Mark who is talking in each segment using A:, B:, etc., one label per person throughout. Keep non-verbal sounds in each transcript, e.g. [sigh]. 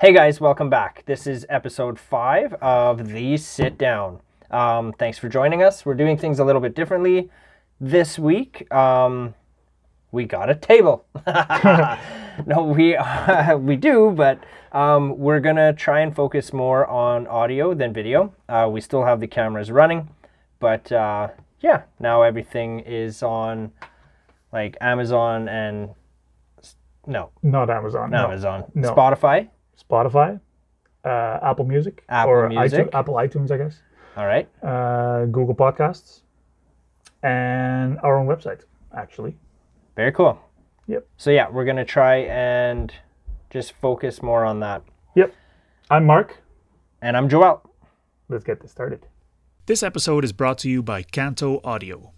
A: Hey guys, welcome back. This is episode five of The Sit Down. Um, thanks for joining us. We're doing things a little bit differently this week. Um, we got a table. [laughs] no, we [laughs] we do, but um, we're gonna try and focus more on audio than video. Uh, we still have the cameras running, but uh, yeah, now everything is on like Amazon and no,
B: Not Amazon.
A: not
B: No.
A: Amazon,
B: No.
A: Spotify.
B: Spotify, uh, Apple Music,
A: Apple
B: or
A: Music.
B: iTunes, Apple iTunes, I guess.
A: All right.
B: Uh, Google Podcasts, and our own website, actually.
A: Very cool.
B: Yep.
A: So yeah, we're gonna try and just focus more on that.
B: Yep. I'm Mark.
A: And I'm Joel.
B: Let's get this started.
C: This episode is brought to you by Canto Audio.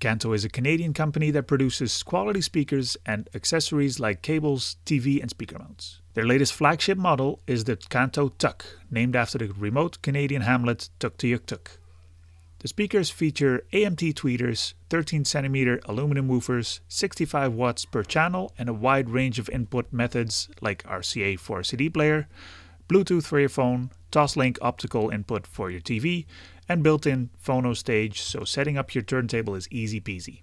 C: Canto is a Canadian company that produces quality speakers and accessories like cables, TV, and speaker mounts. Their latest flagship model is the Canto Tuck, named after the remote Canadian hamlet Tuktoyaktuk. The speakers feature AMT tweeters, 13 centimeter aluminum woofers, 65 watts per channel, and a wide range of input methods like RCA for a CD player, Bluetooth for your phone, Toslink optical input for your TV, and built in phono stage so setting up your turntable is easy peasy.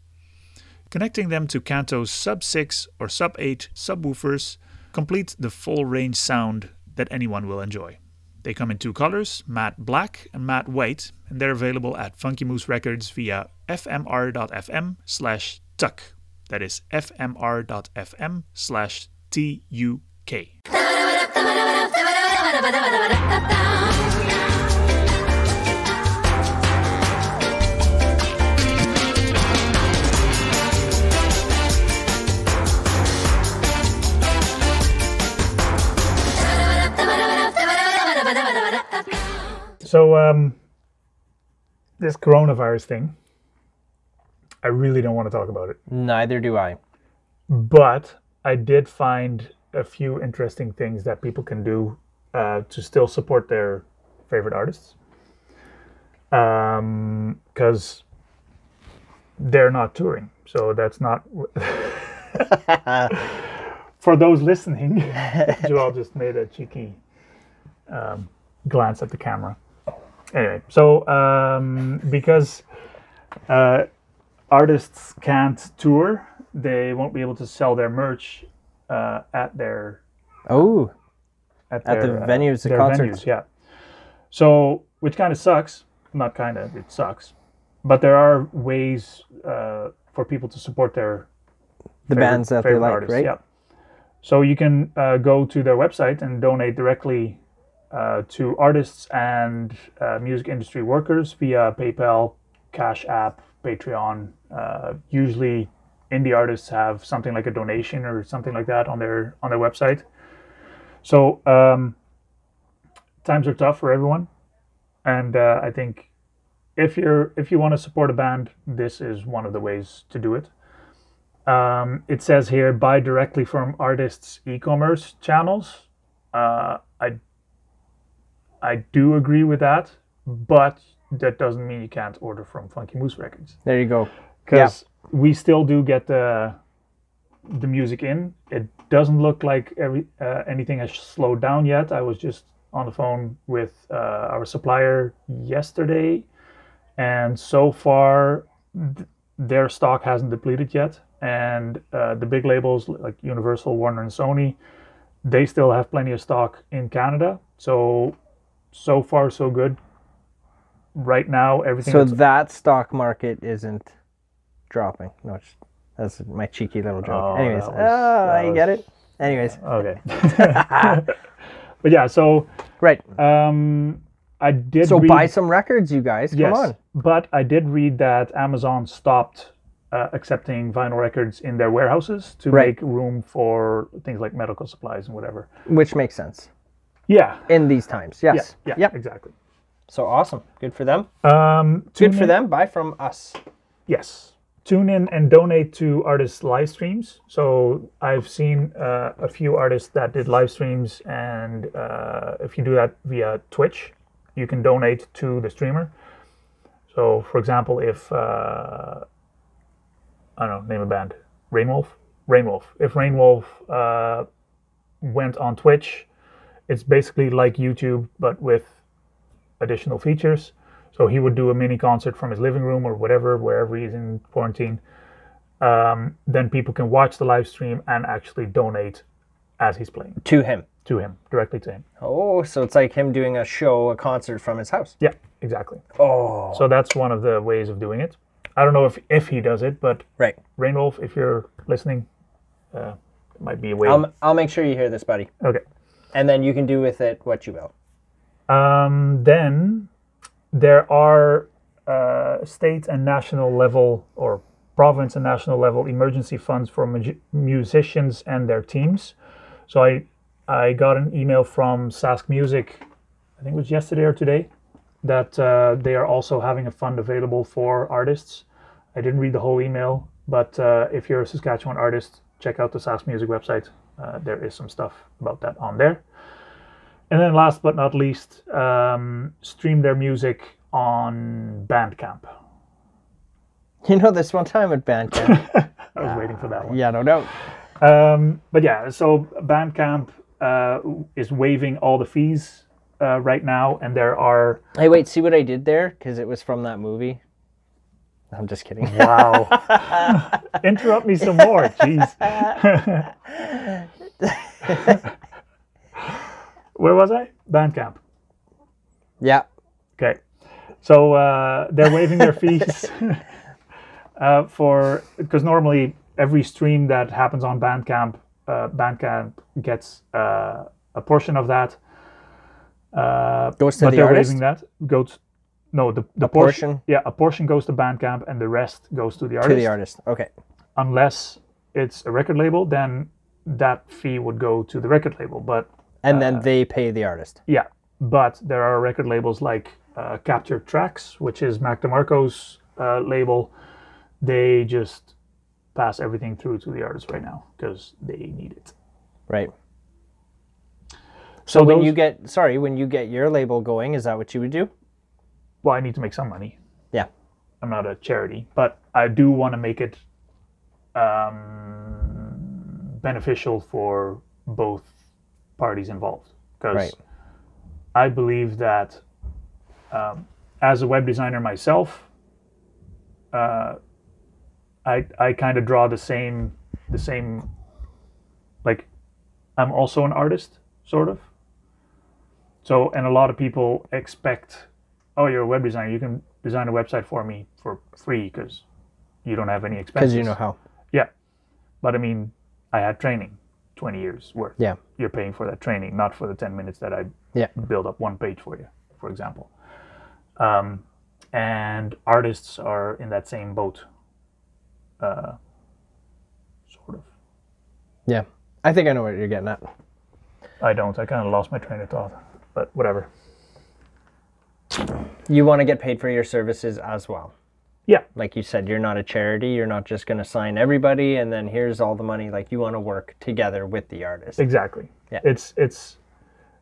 C: Connecting them to Canto's sub 6 or sub 8 subwoofers complete the full range sound that anyone will enjoy. They come in two colors, matte black and matte white, and they're available at Funky Moose Records via fmr.fm slash tuck. That is fmr.fm slash T-U-K.
B: So, um, this coronavirus thing, I really don't want to talk about it,
A: Neither do I.
B: but I did find a few interesting things that people can do uh, to still support their favorite artists. Um, because they're not touring, so that's not. [laughs] For those listening, [laughs] Joel just made a cheeky um, glance at the camera. Anyway, so um, because uh, artists can't tour, they won't be able to sell their merch uh, at their
A: Oh,
B: at,
A: At the
B: their, uh,
A: venues, the
B: their
A: concerts.
B: venues, yeah. So, which kind of sucks. Not kind of, it sucks. But there are ways uh, for people to support their
A: the
B: favorite-
A: bands that they
B: favorite
A: like,
B: artists,
A: right?
B: Yeah. So you can uh, go to their website and donate directly uh, to artists and uh, music industry workers via PayPal, Cash App, Patreon. Uh, usually, indie artists have something like a donation or something like that on their on their website. So um, times are tough for everyone, and uh, I think if you're if you want to support a band, this is one of the ways to do it. Um, it says here buy directly from artists' e-commerce channels. Uh, I I do agree with that, but that doesn't mean you can't order from Funky Moose Records
A: There you go.
B: because we still do get the the music in. It doesn't look like every uh, anything has slowed down yet. I was just on the phone with uh, our supplier yesterday, and so far th- their stock hasn't depleted yet. And uh, the big labels like Universal, Warner, and Sony, they still have plenty of stock in Canada. So so far so good. Right now, everything
A: So
B: that's
A: that stock market isn't dropping. No, it's, that's my cheeky little joke.
B: Oh,
A: Anyways,
B: that was-
A: oh,
B: that
A: I
B: was-
A: get it. Anyways, [laughs]
B: Okay. but yeah, so
A: right.
B: um, I did.
A: So
B: read,
A: buy some records, you guys.
B: yes,
A: Come on.
B: But I did read that Amazon stopped uh, accepting vinyl records in their warehouses to
A: Right.
B: make room for things like medical supplies and whatever.
A: Which makes sense
B: Yeah.
A: in these times.
B: Yeah.
A: Yes.
B: Yeah.
A: Yep.
B: Exactly.
A: So awesome. Good for them.
B: Um,
A: Good
B: tune
A: for
B: in-
A: them. Buy from us.
B: Yes. Tune in and donate to artists' live streams. So I've seen uh, a few artists that did live streams, and uh, if you do that via Twitch, you can donate to the streamer. So, for example, if uh, I don't know, name a band, Rainwolf. Rainwolf. If Rainwolf uh, went on Twitch It's basically like YouTube, but with additional features. So he would do a mini concert from his living room or whatever, wherever he's in quarantine. Um, then people can watch the live stream and actually donate as he's playing
A: to him.
B: to him, directly to him.
A: Oh, so it's like him doing a show, a concert from his house.
B: Yeah, exactly.
A: Oh,
B: So that's one of the ways of doing it. I don't know if, if he does it, but
A: right.
B: Rainwolf, if you're listening, uh, it might be a way.
A: I'll, I'll make sure you hear this, buddy.
B: okay.
A: And then you can do with it what you will.
B: Um, then there are uh, state and national level or province and national level emergency funds for mu- musicians and their teams. So I I got an email from Sask Music, I think it was yesterday or today, that uh, they are also having a fund available for artists. I didn't read the whole email, but uh, if you're a Saskatchewan artist, check out the Sask Music website. Uh, there is some stuff about that on there. And then last but not least, um, stream their music on Bandcamp.
A: [laughs] You know this one time at [laughs] Bandcamp.
B: I was waiting for that one.
A: yeah, no doubt.
B: Um, but yeah, so Bandcamp uh, is waiving all the fees uh, right now, and there are
A: Hey, wait, see what I did there? Because it was from that movie. I'm just kidding.
B: wow. [laughs] Interrupt me some more, [laughs] jeez. Where was I? Bandcamp.
A: [laughs] yeah.
B: Okay. So uh, they're waiving
A: [laughs]
B: their fees [laughs] uh, for because normally every stream that happens on Bandcamp, uh, Bandcamp gets uh, a portion of that. Uh,
A: Goes to
B: but
A: the
B: they're
A: artist?
B: waiving that. Goes no the the
A: portion?
B: Yeah, a portion goes to Bandcamp and the rest goes to the artist.
A: To the artist. Okay.
B: Unless it's a record label, then that fee would go to the record label. But
A: And then they pay the artist.
B: yeah, but there are record labels like uh, Captured Tracks, which is Mac DeMarco's uh, label. They just pass everything through to the artist right now because they need it.
A: Right.
B: So,
A: When
B: those-
A: you get, sorry, when you get your label going, is that what you would do?
B: well, I need to make some money.
A: Yeah.
B: I'm not a charity, but I do want to make it um, beneficial for both parties involved because
A: Right.
B: I believe that um, as a web designer myself, uh, I I kind of draw the same the same like I'm also an artist sort of. So and a lot of people expect oh, you're a web designer. You can design a website for me for free because you don't have any
A: Because
B: expenses.
A: you know how.
B: Yeah. But I mean, I had training, 20 years worth.
A: Yeah.
B: You're paying for that training, not for the 10 minutes that I
A: Yeah.
B: build up one page for you, for example. Um, and artists are in that same boat, uh, sort of.
A: Yeah. I think I know what you're getting at.
B: I don't. I kind of lost my train of thought, but whatever.
A: You want to get paid for your services as well.
B: Yeah.
A: Like you said, you're not a charity. You're not just going to sign everybody and then here's all the money. Like you want to work together with the artist.
B: Exactly.
A: Yeah.
B: It's it's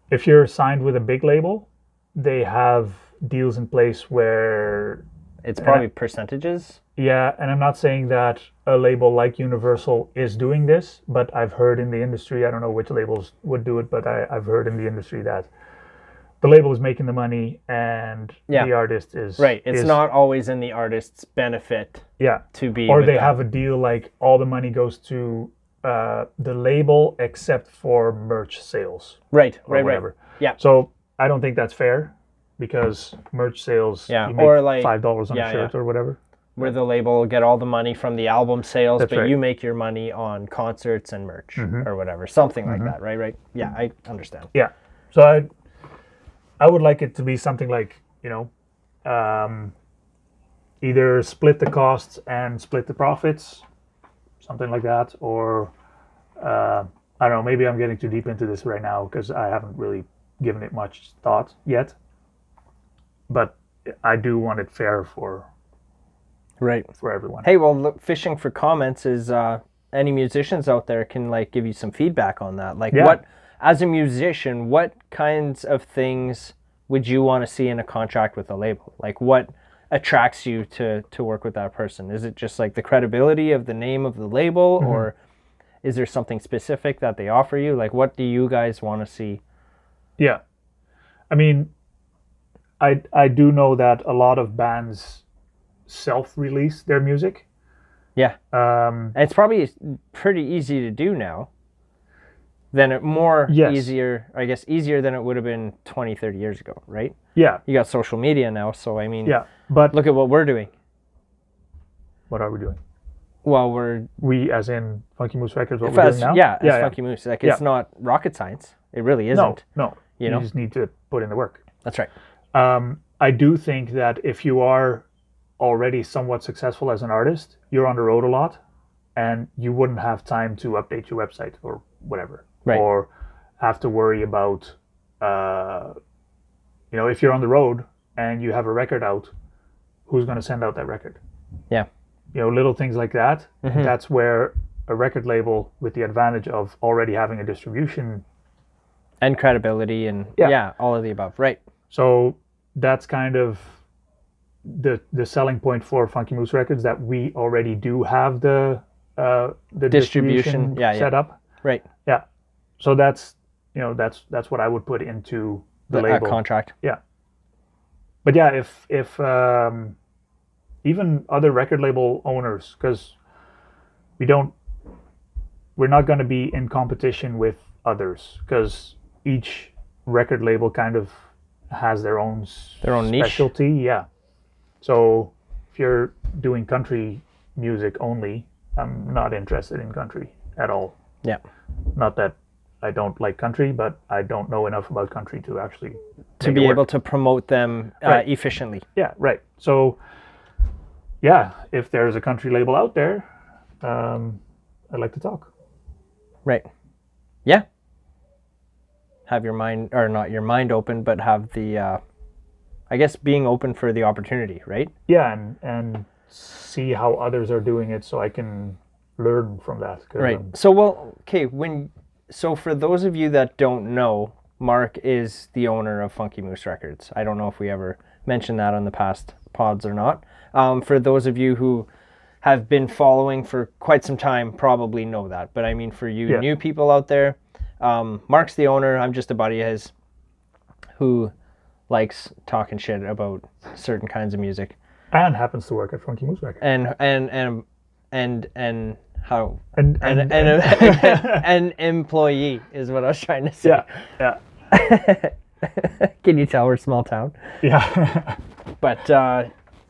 B: if you're signed with a big label, they have deals in place where
A: It's
B: uh,
A: probably percentages.
B: yeah, and I'm not saying that a label like Universal is doing this, but I've heard in the industry, I don't know which labels would do it, but I, I've heard in the industry that the label is making the money and
A: Yeah.
B: the artist is
A: Right. It's
B: is-
A: not always in the artist's benefit
B: yeah.
A: to be.
B: Or
A: with
B: they
A: them.
B: have a deal like all the money goes to uh, the label except for merch sales.
A: Right.
B: or
A: Right.
B: whatever.
A: Right. Yeah.
B: So I don't think that's fair because merch sales,
A: Yeah,
B: you make
A: or like-
B: five dollars on
A: yeah,
B: a shirt
A: yeah.
B: or whatever.
A: Where the label will get all the money from the album sales, but
B: right. Mm-hmm.
A: you make your money on concerts and merch or whatever, something like that. Right. Right. Yeah. I understand.
B: Yeah. So I, I would like it to be something like you know, um, either split the costs and split the profits, something like that, or uh, I don't know. Maybe I'm getting too deep into this right now because I haven't really given it much thought yet. But I do want it fair for
A: Right.
B: for everyone.
A: Hey, well, look, fishing for comments is uh, any musicians out there can like give you some feedback on that. Like,
B: Yeah.
A: what as a musician, what kinds of things would you want to see in a contract with a label? Like, what attracts you to to work with that person? Is it just like the credibility of the name of the label, or is there something specific that they offer you? Like, what do you guys want to see
B: Yeah, I mean, I I do know that a lot of bands self-release their music.
A: Yeah.
B: Um,
A: It's probably pretty easy to do now. Than it more
B: Yes.
A: easier, I guess, easier than it would have been 20, 30 years ago, right?
B: yeah,
A: You got social media now, so I mean,
B: yeah. But
A: look at what we're doing.
B: what are we doing?
A: Well, we're
B: We, as in Funky Moose Records, what we're
A: as,
B: doing now?
A: yeah, as
B: yeah,
A: Funky Moose. Like it's not rocket science. It really isn't.
B: No, no.
A: you
B: You,
A: know?
B: just need to put in the work.
A: That's right.
B: Um, I do think that if you are already somewhat successful as an artist, you're on the road a lot, and you wouldn't have time to update your website or whatever,
A: Right.
B: or have to worry about, uh, you know, if you're on the road and you have a record out, who's going to send out that record?
A: Yeah. Mm-hmm.
B: You know, little things like that. That's where a record label, with the advantage of already having a distribution
A: And credibility and yeah.
B: Yeah.
A: all of the above. Right.
B: So that's kind of the the selling point for Funky Moose Records that we already do have the uh, the
A: Distribution,
B: distribution,
A: yeah, yeah.
B: set up.
A: Right.
B: Yeah. So that's you know that's that's what I would put into the
A: The, uh,
B: label.
A: contract.
B: but yeah, if if um, even other record label owners, because we don't, we're not going to be in competition with others, because each record label kind of has their own
A: Their own niche.
B: specialty. Yeah. So if you're doing country music only, I'm not interested in country at all.
A: Yeah.
B: Not that I don't like country, but I don't know enough about country to actually
A: To
B: make it
A: be
B: work.
A: able to promote them uh,
B: Right.
A: efficiently.
B: Yeah, right. So, yeah, if there's a country label out there, um, I'd like to talk.
A: Right. Yeah. Have your mind, or not your mind open, but have the, uh, I guess, being open for the opportunity, right?
B: Yeah, and and see how others are doing it, so I can learn from that. 'cause um,
A: Right.
B: I'm-
A: So, well, okay, when, so for those of you that don't know, Mark is the owner of Funky Moose Records. I don't know if we ever mentioned that on the past pods or not. Um, for those of you who have been following for quite some time, probably know that. But I mean, for you
B: Yeah.
A: new people out there, um, Mark's the owner. I'm just a buddy of his who likes talking shit about certain kinds of music
B: and happens to work at Funky Moose Records.
A: and and and and and how
B: And
A: an,
B: and,
A: an,
B: [laughs]
A: [laughs]
B: and-
A: an employee is what I was trying to say.
B: yeah, yeah,
A: Can you tell we're a small town?
B: [laughs] yeah,
A: But uh,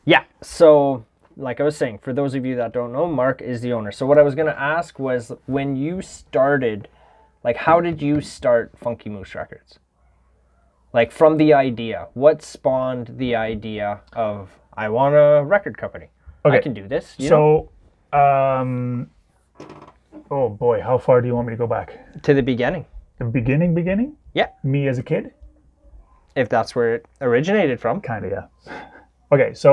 A: yeah, so like I was saying, for those of you that don't know, Mark is the owner. So what I was gonna ask was when you started, like how did you start Funky Moose Records? Like from the idea, what spawned the idea of I want a record company? I
B: Okay.
A: can do this. You know,
B: so, um, oh boy, how far do you want me to go back?
A: to the beginning,
B: The beginning, beginning.
A: Yeah.
B: Me as a kid.
A: if that's where it originated from.
B: kind of yeah okay so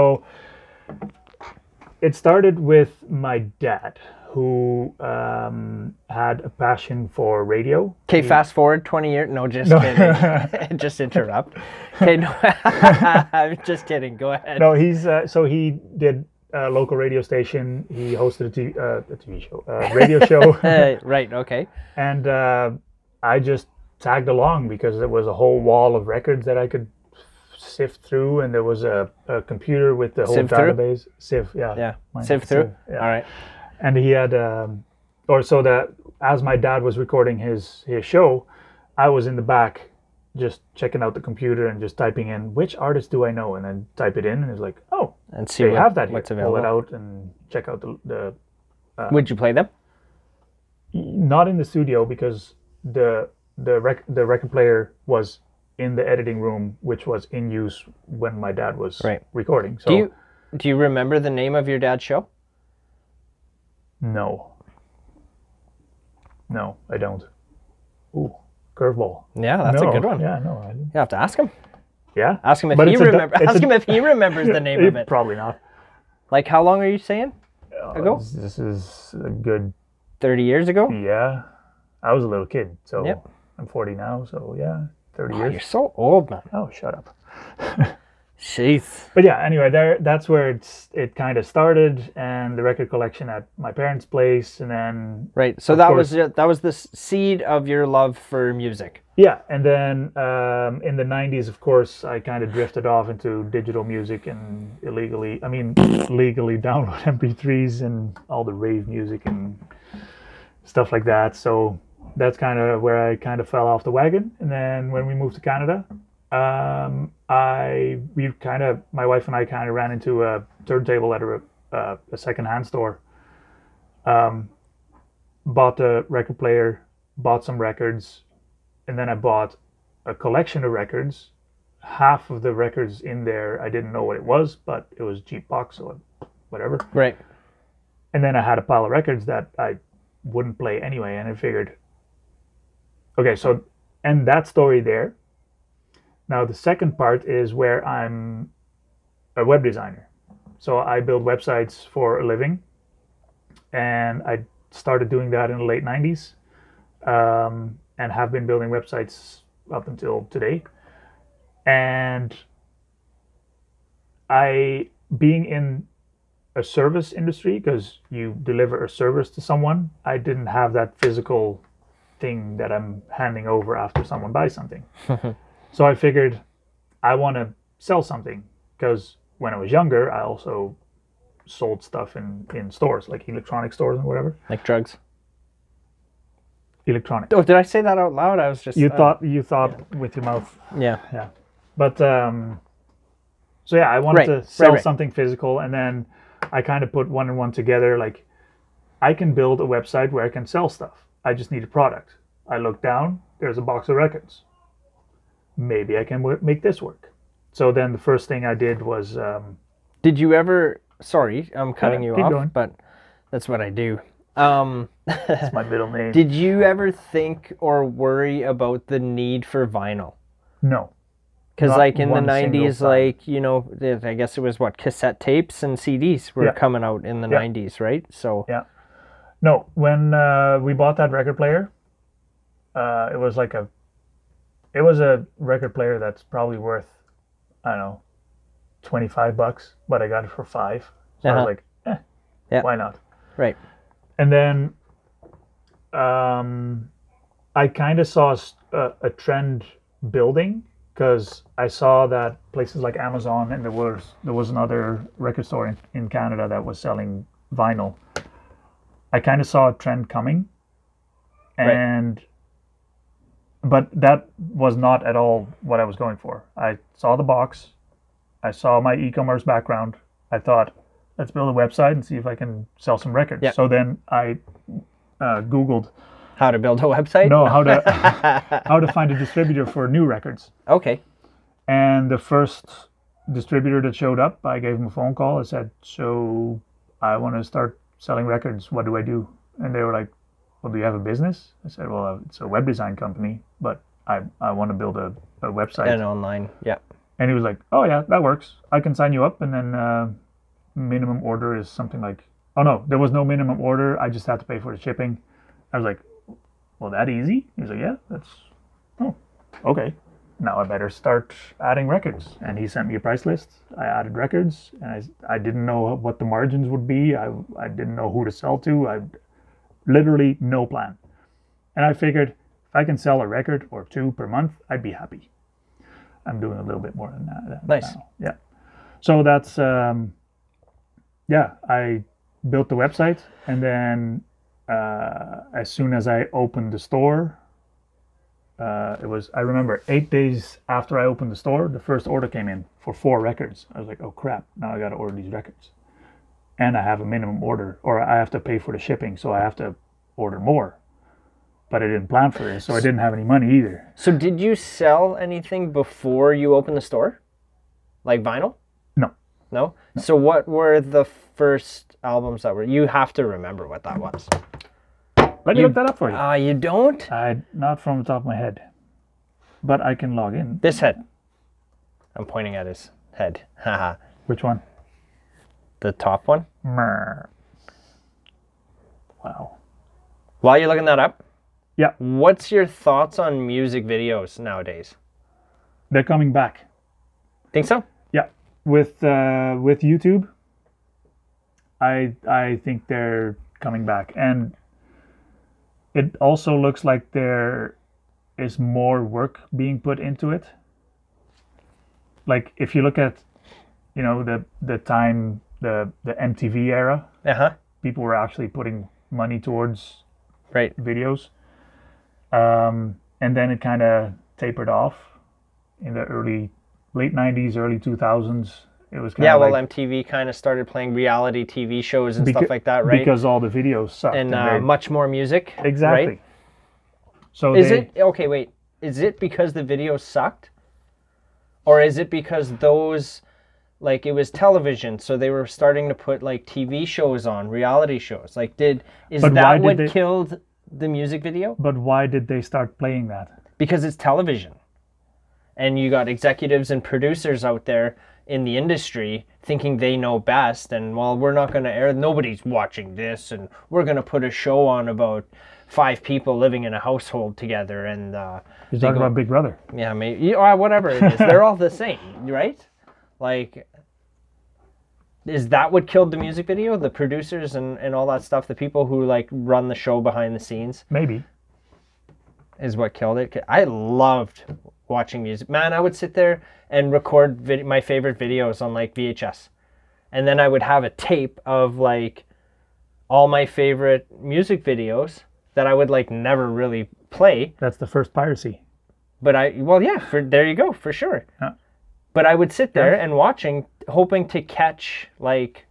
B: it started with my dad who um, had a passion for radio
A: Okay, fast forward 20 years. No, just
B: [laughs]
A: kidding. [laughs] just interrupt. Okay, no, [laughs] I'm just kidding. Go ahead.
B: no he's uh, so he did a local radio station he hosted a, t- uh, a tv show uh, radio
A: [laughs]
B: show
A: Uh, right, okay.
B: and uh, I just tagged along because there was a whole wall of records that I could sift through, and there was a, a computer with the whole
A: Sift through?
B: database. Sift, yeah,
A: Yeah.
B: Mine-
A: Sift through?
B: yeah.
A: All right.
B: and he had, um, or so that as my dad was recording his his show, I was in the back just checking out the computer and just typing in which artist do I know, and then type it in, and it's like, oh,
A: And see
B: they
A: what,
B: have that here.
A: what's
B: Pull it
A: available.
B: out and check out the, the
A: Would you play them?
B: not in the studio because the the rec- the record player was in the editing room, which was in use when my dad was
A: Right.
B: recording. So
A: Do you
B: Oh.
A: do you remember the name of your dad's show?
B: no, no, I don't. Ooh, curveball.
A: Yeah, that's
B: no.
A: a good one.
B: Yeah, no, I didn't.
A: You have to ask him.
B: yeah.
A: Ask him if
B: But
A: he
B: it's a du-
A: remember.
B: it's a-
A: Ask him
B: [laughs]
A: if he remembers the name of
B: Eh,
A: it.
B: Probably not.
A: Like how long are you saying?
B: Oh,
A: Ago?
B: This, this is a good.
A: 30 years ago?
B: Yeah, I was a little kid, so
A: Yep.
B: I'm 40 now. So yeah, 30
A: Oh,
B: years.
A: you're so old, man.
B: Oh, shut up.
A: Sheath.
B: But yeah, anyway, there that's where it's it kind of started, and the record collection at my parents' place, and then
A: Right. So
B: Of
A: that
B: course.
A: was your- that was the s- seed of your love for music.
B: yeah, and then um, in the '90s, of course, I kind of drifted off into digital music and illegally, I mean, legally download [laughs] MP3s and all the rave music and stuff like that. So that's kind of where I kind of fell off the wagon. And then when we moved to Canada, um, I we kind of my wife and I kind of ran into a turntable at a uh, a secondhand store. Um, bought a record player, bought some records, and then I bought a collection of records. Half of the records in there, I didn't know what it was, but it was cheap box or whatever.
A: Right.
B: And then I had a pile of records that I wouldn't play anyway, and I figured, okay, so end that story there. Now the second part is where I'm a web designer, so I build websites for a living, and I started doing that in the late '90s, um, and have been building websites up until today, and I being in a service industry because you deliver a service to someone. I didn't have that physical thing that I'm handing over after someone buys something. so I figured I want to sell something because when I was younger, I also sold stuff in, in stores, like electronic stores and whatever.
A: Like drugs.
B: Electronic.
A: Oh, did I say that out loud? I was just.
B: You
A: uh,
B: thought you thought with your mouth,
A: Yeah.
B: yeah. But um, so yeah, I wanted
A: Right,
B: to
A: right,
B: sell
A: right.
B: something physical, and then I kind of put one and one together. Like, I can build a website where I can sell stuff. I just need a product. I look down. There's a box of records. Maybe I can w- make this work. So then the first thing I did was um,
A: Did you ever? Sorry, I'm cutting you
B: keep
A: off,
B: going.
A: but that's what I do. Um,
B: my middle name.
A: did you ever think or worry about the need for vinyl?
B: no.
A: Because
B: Not
A: like in the
B: one single
A: '90s,
B: time.
A: like you know, th- I guess it was what cassette tapes and CDs were
B: Yeah.
A: coming out in the
B: Yeah.
A: '90s, right? So
B: Yeah. No, when uh, we bought that record player, uh, it was like a, it was a record player that's probably worth, I don't know, twenty five bucks, but I got it for five. So I
A: Uh-huh.
B: was like, eh,
A: Yeah.
B: why not?
A: right,
B: And then, um, I kind of saw a s- a, a trend building because I saw that places like Amazon and there was there was another record store in, in Canada that was selling vinyl. I kind of saw a trend coming,
A: Right.
B: and but that was not at all what I was going for. I saw the box, I saw my e-commerce background. I thought, let's build a website and see if I can sell some records.
A: Yeah.
B: So then I uh, googled
A: how to build a website?
B: no how to [laughs] how to find a distributor for new records.
A: [laughs] Okay.
B: And the first distributor that showed up, I gave him a phone call. I said, So I want to start selling records. What do I do? And they were like, Well, do you have a business? I said, Well, uh, it's a web design company, but I, I want to build a, a website.
A: And online, yeah.
B: And he was like, Oh, yeah, that works. I can sign you up. And then uh, minimum order is something like, Oh, no, there was no minimum order. I just had to pay for the shipping. I was like, Well, that easy? He was like, Yeah, that's, oh, okay. Now I better start adding records. And he sent me a price list. I added records and I, s- I didn't know what the margins would be. I, I didn't know who to sell to. I literally no plan. And I figured if I can sell a record or two per month, I'd be happy. I'm doing a little bit more than that. than
A: Nice.
B: now. Yeah. So that's um, yeah. I built the website, and then uh, as soon as I opened the store, uh, it was I remember eight days after I opened the store, the first order came in for four records. I was like, oh crap! Now I got to order these records, and I have a minimum order, or I have to pay for the shipping, so I have to order more. But I didn't plan for this, so I didn't have any money either.
A: So did you sell anything before you opened the store? Like vinyl?
B: No.
A: No? So what were the first albums that were you have to remember what that was.
B: Let me look that up for Uh, you.
A: Ah, you don't?
B: I not from the top of my head, but I can log in.
A: This head. I'm pointing at his head. [laughs] Haha.
B: Which one?
A: the top one.
B: Mer. Wow.
A: While you're looking that up,
B: Yeah,
A: what's your thoughts on music videos nowadays?
B: they're coming back.
A: Think so?
B: Yeah, with uh, with YouTube, I I think they're coming back, and it also looks like there is more work being put into it. Like if you look at, you know, the the time the the MTV era,
A: Uh huh.
B: people were actually putting money towards
A: Right.
B: videos. Um, and then it kind of tapered off in the early, late 90s, early 2000s. It was kind
A: Yeah.
B: of
A: Well,
B: Uh, like,
A: MTV kind of started playing reality TV shows and
B: becau-
A: stuff like that, right?
B: Because all the videos sucked.
A: and
B: they-
A: uh, much more music. right?
B: exactly. So
A: Is
B: they,
A: it okay? Wait, is it because the video sucked, or is it because those, like, it was television, so they were starting to put like TV shows on, reality shows? Like, did is
B: But why
A: that
B: did
A: what
B: they-
A: killed the music video?
B: But why did they start playing that?
A: Because it's television, and you got executives and producers out there in the industry thinking they know best, and well, we're not going to air. Nobody's watching this, and we're going to put a show on about five people living in a household together, and. Uh,
B: You're talking about Big Brother.
A: yeah, maybe or whatever it is. They're all the same, right? Like, is that what killed the music video? The producers and, and all that stuff, the people who like run the show behind the scenes,
B: Maybe.
A: is what killed it. 'Cause I loved watching music. Man, I would sit there and record vid- my favorite videos on like VHS, and then I would have a tape of like all my favorite music videos that I would like never really play
B: That's the first piracy.
A: but I well yeah for there you go for sure.
B: Yeah.
A: But I would sit there and watching, hoping to catch like,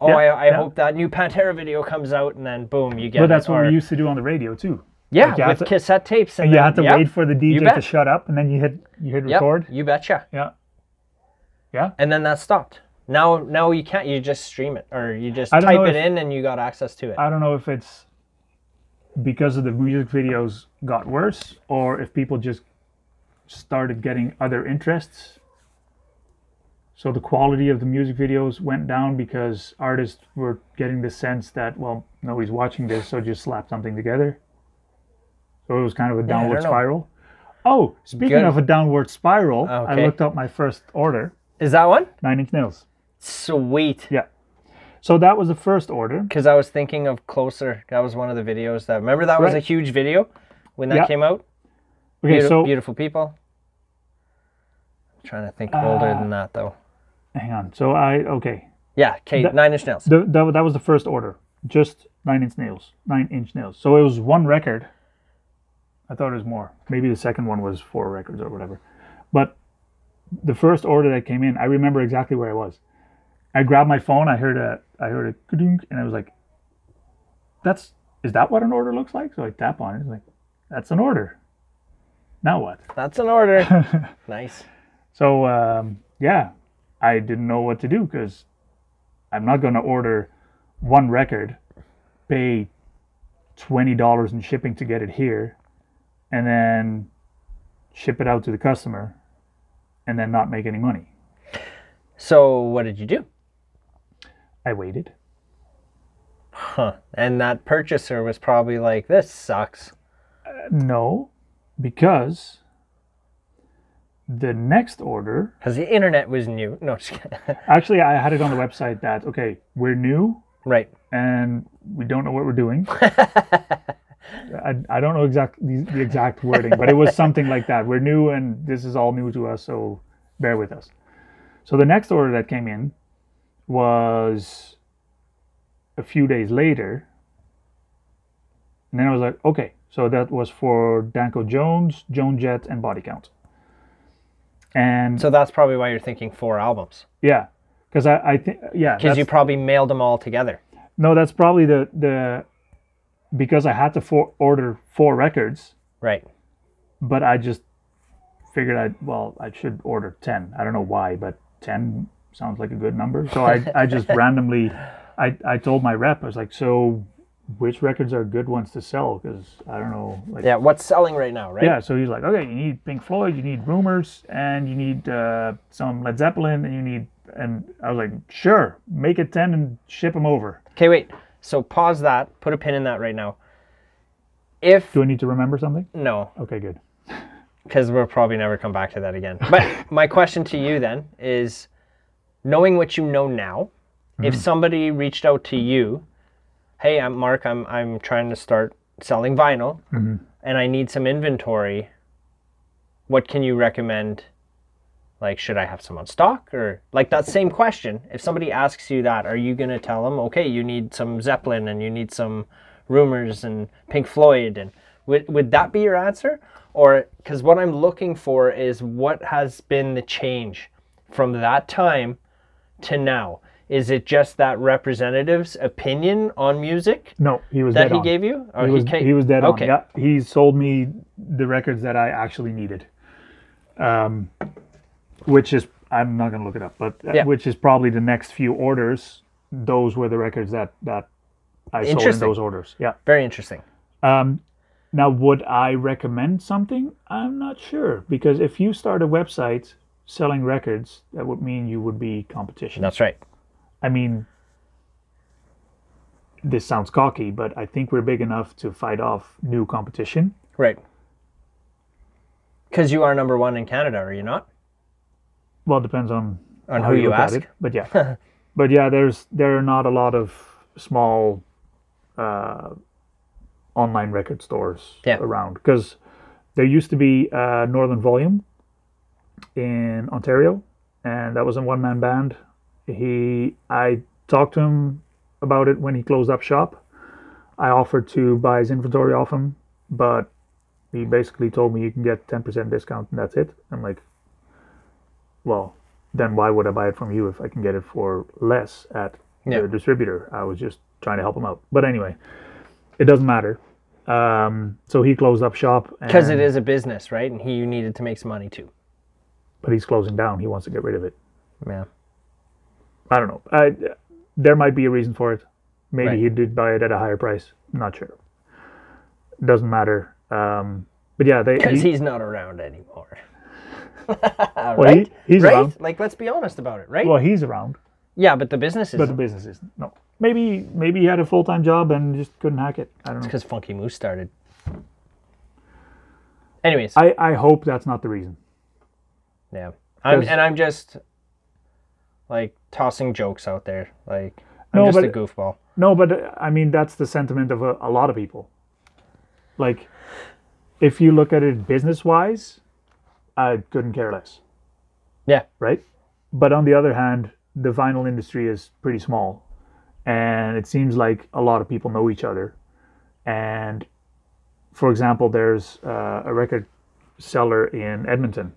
A: oh
B: Yeah,
A: I, I
B: yeah.
A: hope that new Pantera video comes out and then boom you get.
B: But that's
A: it,
B: what
A: or-
B: we used to do on the radio too.
A: yeah
B: like, you have
A: with
B: to-
A: cassette tapes and
B: You
A: then-
B: had to
A: yep,
B: wait for the DJ to
A: bet.
B: shut up, and then you hit you hit
A: yep,
B: record.
A: You betcha.
B: Yeah.
A: And then that stopped. Now now you can't. You just stream it or you just
B: I don't
A: type
B: know
A: it
B: if-
A: in and you got access to it.
B: I don't know if it's because of the music videos got worse or if people just started getting other interests. So the quality of the music videos went down because artists were getting the sense that, well, nobody's watching this, so just slap something together. So it was kind of a
A: I
B: downward
A: don't know.
B: spiral. Oh, speaking
A: Good. Ah,
B: of a downward spiral, I
A: Okay.
B: looked up my first order,
A: Is that one
B: Nine Inch Nails.
A: sweet?
B: Yeah. So that was the first order.
A: Because I was thinking of closer. That was one of the videos that remember that was
B: Right.
A: a huge video when that
B: Yeah.
A: came out.
B: Okay,
A: Beauti-
B: so
A: beautiful people. I'm trying to think of older than
B: Uh,
A: that though.
B: hang on. So I okay.
A: Yeah, Kate, Nine Inch Nails.
B: The, that, that was the first order, just nine inch nails, nine inch nails. So it was one record. I thought it was more. Maybe the second one was four records or whatever. But the first order that came in, I remember exactly where I was. I grabbed my phone. I heard a, I heard a ka-dunk, and I was like, "That's is that what an order looks like?" So I tap on it. It's like, "That's an order." Now what?
A: That's an order.
B: [laughs]
A: nice.
B: So um, yeah, I didn't know what to do because I'm not gonna order one record, pay twenty dollars in shipping to get it here, and then ship it out to the customer, and then not make any money.
A: So what did you do?
B: I waited.
A: Huh. And that purchaser was probably like, This sucks.
B: No, because the next order
A: Because the internet was new. No, [laughs] just kidding.
B: actually I had it on the website that okay, we're new,
A: Right.
B: and we don't know what
A: [laughs]
B: we're doing. I, I don't know exact the, the exact wording, but it was something like that. We're new and this is all new to us, so bear with us. So the next order that came in was a few days later, and then I was like, okay, so that was for Danko Jones, Joan Jett, and Body Count. And
A: So that's probably why you're thinking four albums.
B: yeah, because I, I think yeah,
A: Because
B: that's-
A: you probably mailed them all together.
B: No, that's probably the the because I had to for, order four records,
A: Right.
B: but I just figured I well I should order ten. I don't know why, but ten sounds like a good number. So I I just randomly I I told my rep I was like so which records are good ones to sell because I don't know like
A: Yeah, what's selling right now, right?
B: yeah, so he's like, okay, you need Pink Floyd, you need Rumors, and you need uh, some Led Zeppelin, and you need, and I was like, sure, make it 10 and ship them over.
A: Okay, wait. So pause that, put a pin in that right now. If
B: Do I need to remember something?
A: no,
B: Okay, good.
A: because we'll probably never come back to that again. But my question to you then is knowing what you know now, if somebody reached out to you, hey, I'm Mark, I'm I'm trying to start selling vinyl, and I need some inventory. What can you recommend? Like, should I have some on stock or like that same question? If somebody asks you that, are you gonna tell them, okay, you need some Zeppelin and you need some Rumors and Pink Floyd and would, would that be your answer? Or because what I'm looking for is what has been the change from that time to now? Is it just that representative's opinion on music
B: No, he was
A: that
B: dead
A: he
B: on.
A: gave you? Or
B: He was,
A: ca-
B: he was dead
A: okay.
B: on. Yeah, he sold me the records that I actually needed, um, which is I'm not gonna look it up, but uh,
A: Yeah.
B: which is probably the next few orders. Those were the records that that I sold in
A: Interesting.
B: those orders. Yeah.
A: Very interesting.
B: Um, now, would I recommend something? I'm not sure because if you start a website selling records, that would mean you would be competition.
A: That's right.
B: I mean, this sounds cocky, but I think we're big enough to fight off new competition.
A: Right. Because you are number one in Canada, are you not?
B: Well, it depends on,
A: On who you
B: look at
A: ask.
B: it, But
A: [laughs]
B: yeah, but yeah, there's there are not a lot of small uh, online record stores
A: Yeah.
B: around because there used to be uh, Northern Volume in Ontario, and that was a one man band. He I talked to him about it when he closed up shop. I offered to buy his inventory off him, but he basically told me you can get 10% discount and that's it. I'm like, well, then why would I buy it from you if I can get it for less at
A: Yeah.
B: the distributor? I was just trying to help him out. But anyway, it doesn't matter. Um, so he closed up shop.
A: Because it
B: and-
A: is a business, right? And he you needed to make some money too.
B: But he's closing down. He wants to get rid of it.
A: Yeah.
B: I don't know. I, there might be a reason for it. Maybe
A: Right.
B: he did buy it at a higher price. Not sure. Doesn't matter. Um, but yeah, they.
A: Because
B: he-
A: he's not around anymore.
B: well, he-
A: right?
B: he's
A: right?
B: around.
A: Like, let's be honest about it, right?
B: Well, he's around.
A: yeah, but the business
B: But the
A: is
B: business isn't. No. Maybe maybe he had a full time job and just couldn't hack it. I don't know.
A: because Funky Moose started. Anyways,
B: I, I hope that's not the reason.
A: yeah, I'm,
B: 'cause-
A: and I'm just like tossing jokes out there. Like, I'm
B: No,
A: just
B: but-
A: a goofball.
B: No, but uh, I mean that's the sentiment of a, a lot of people. Like, if you look at it business wise, I couldn't care less,
A: Yeah,
B: right? But on the other hand, the vinyl industry is pretty small, and it seems like a lot of people know each other. And for example, there's uh, a record seller in Edmonton,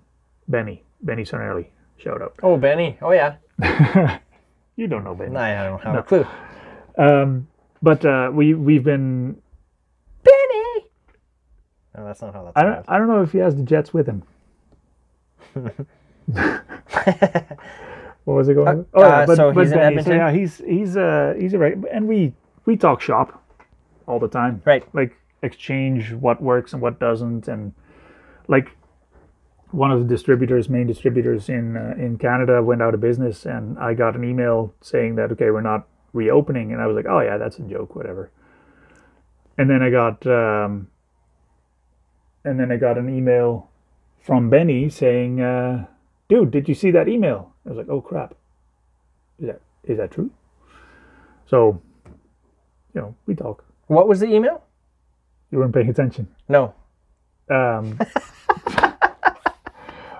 B: Benny Benny Sonelli. Shout out.
A: Oh, Benny. Oh, yeah.
B: You don't know Benny.
A: I don't have a clue.
B: Um, but uh, we we've been.
A: Benny. No, that's not how that's.
B: I don't, I don't know if he has the Jets
A: [laughs]
B: with him. what was it going? with? oh,
A: uh, so he's in
B: Benny, so
A: Edmonton?
B: yeah, he's he's a he's a right, and we we talk shop all the time,
A: Right.
B: Like exchange what works and what doesn't, and like one of the distributors, main distributors in uh, in Canada, went out of business, and I got an email saying that okay, we're not reopening, and I was like, oh yeah, that's a joke, whatever. And then I got um, and then I got an email from Benny saying, uh, dude, did you see that email? I was like, oh crap, is that is that true? So, you know, we talk.
A: What was the email?
B: You weren't paying attention
A: No.
B: um,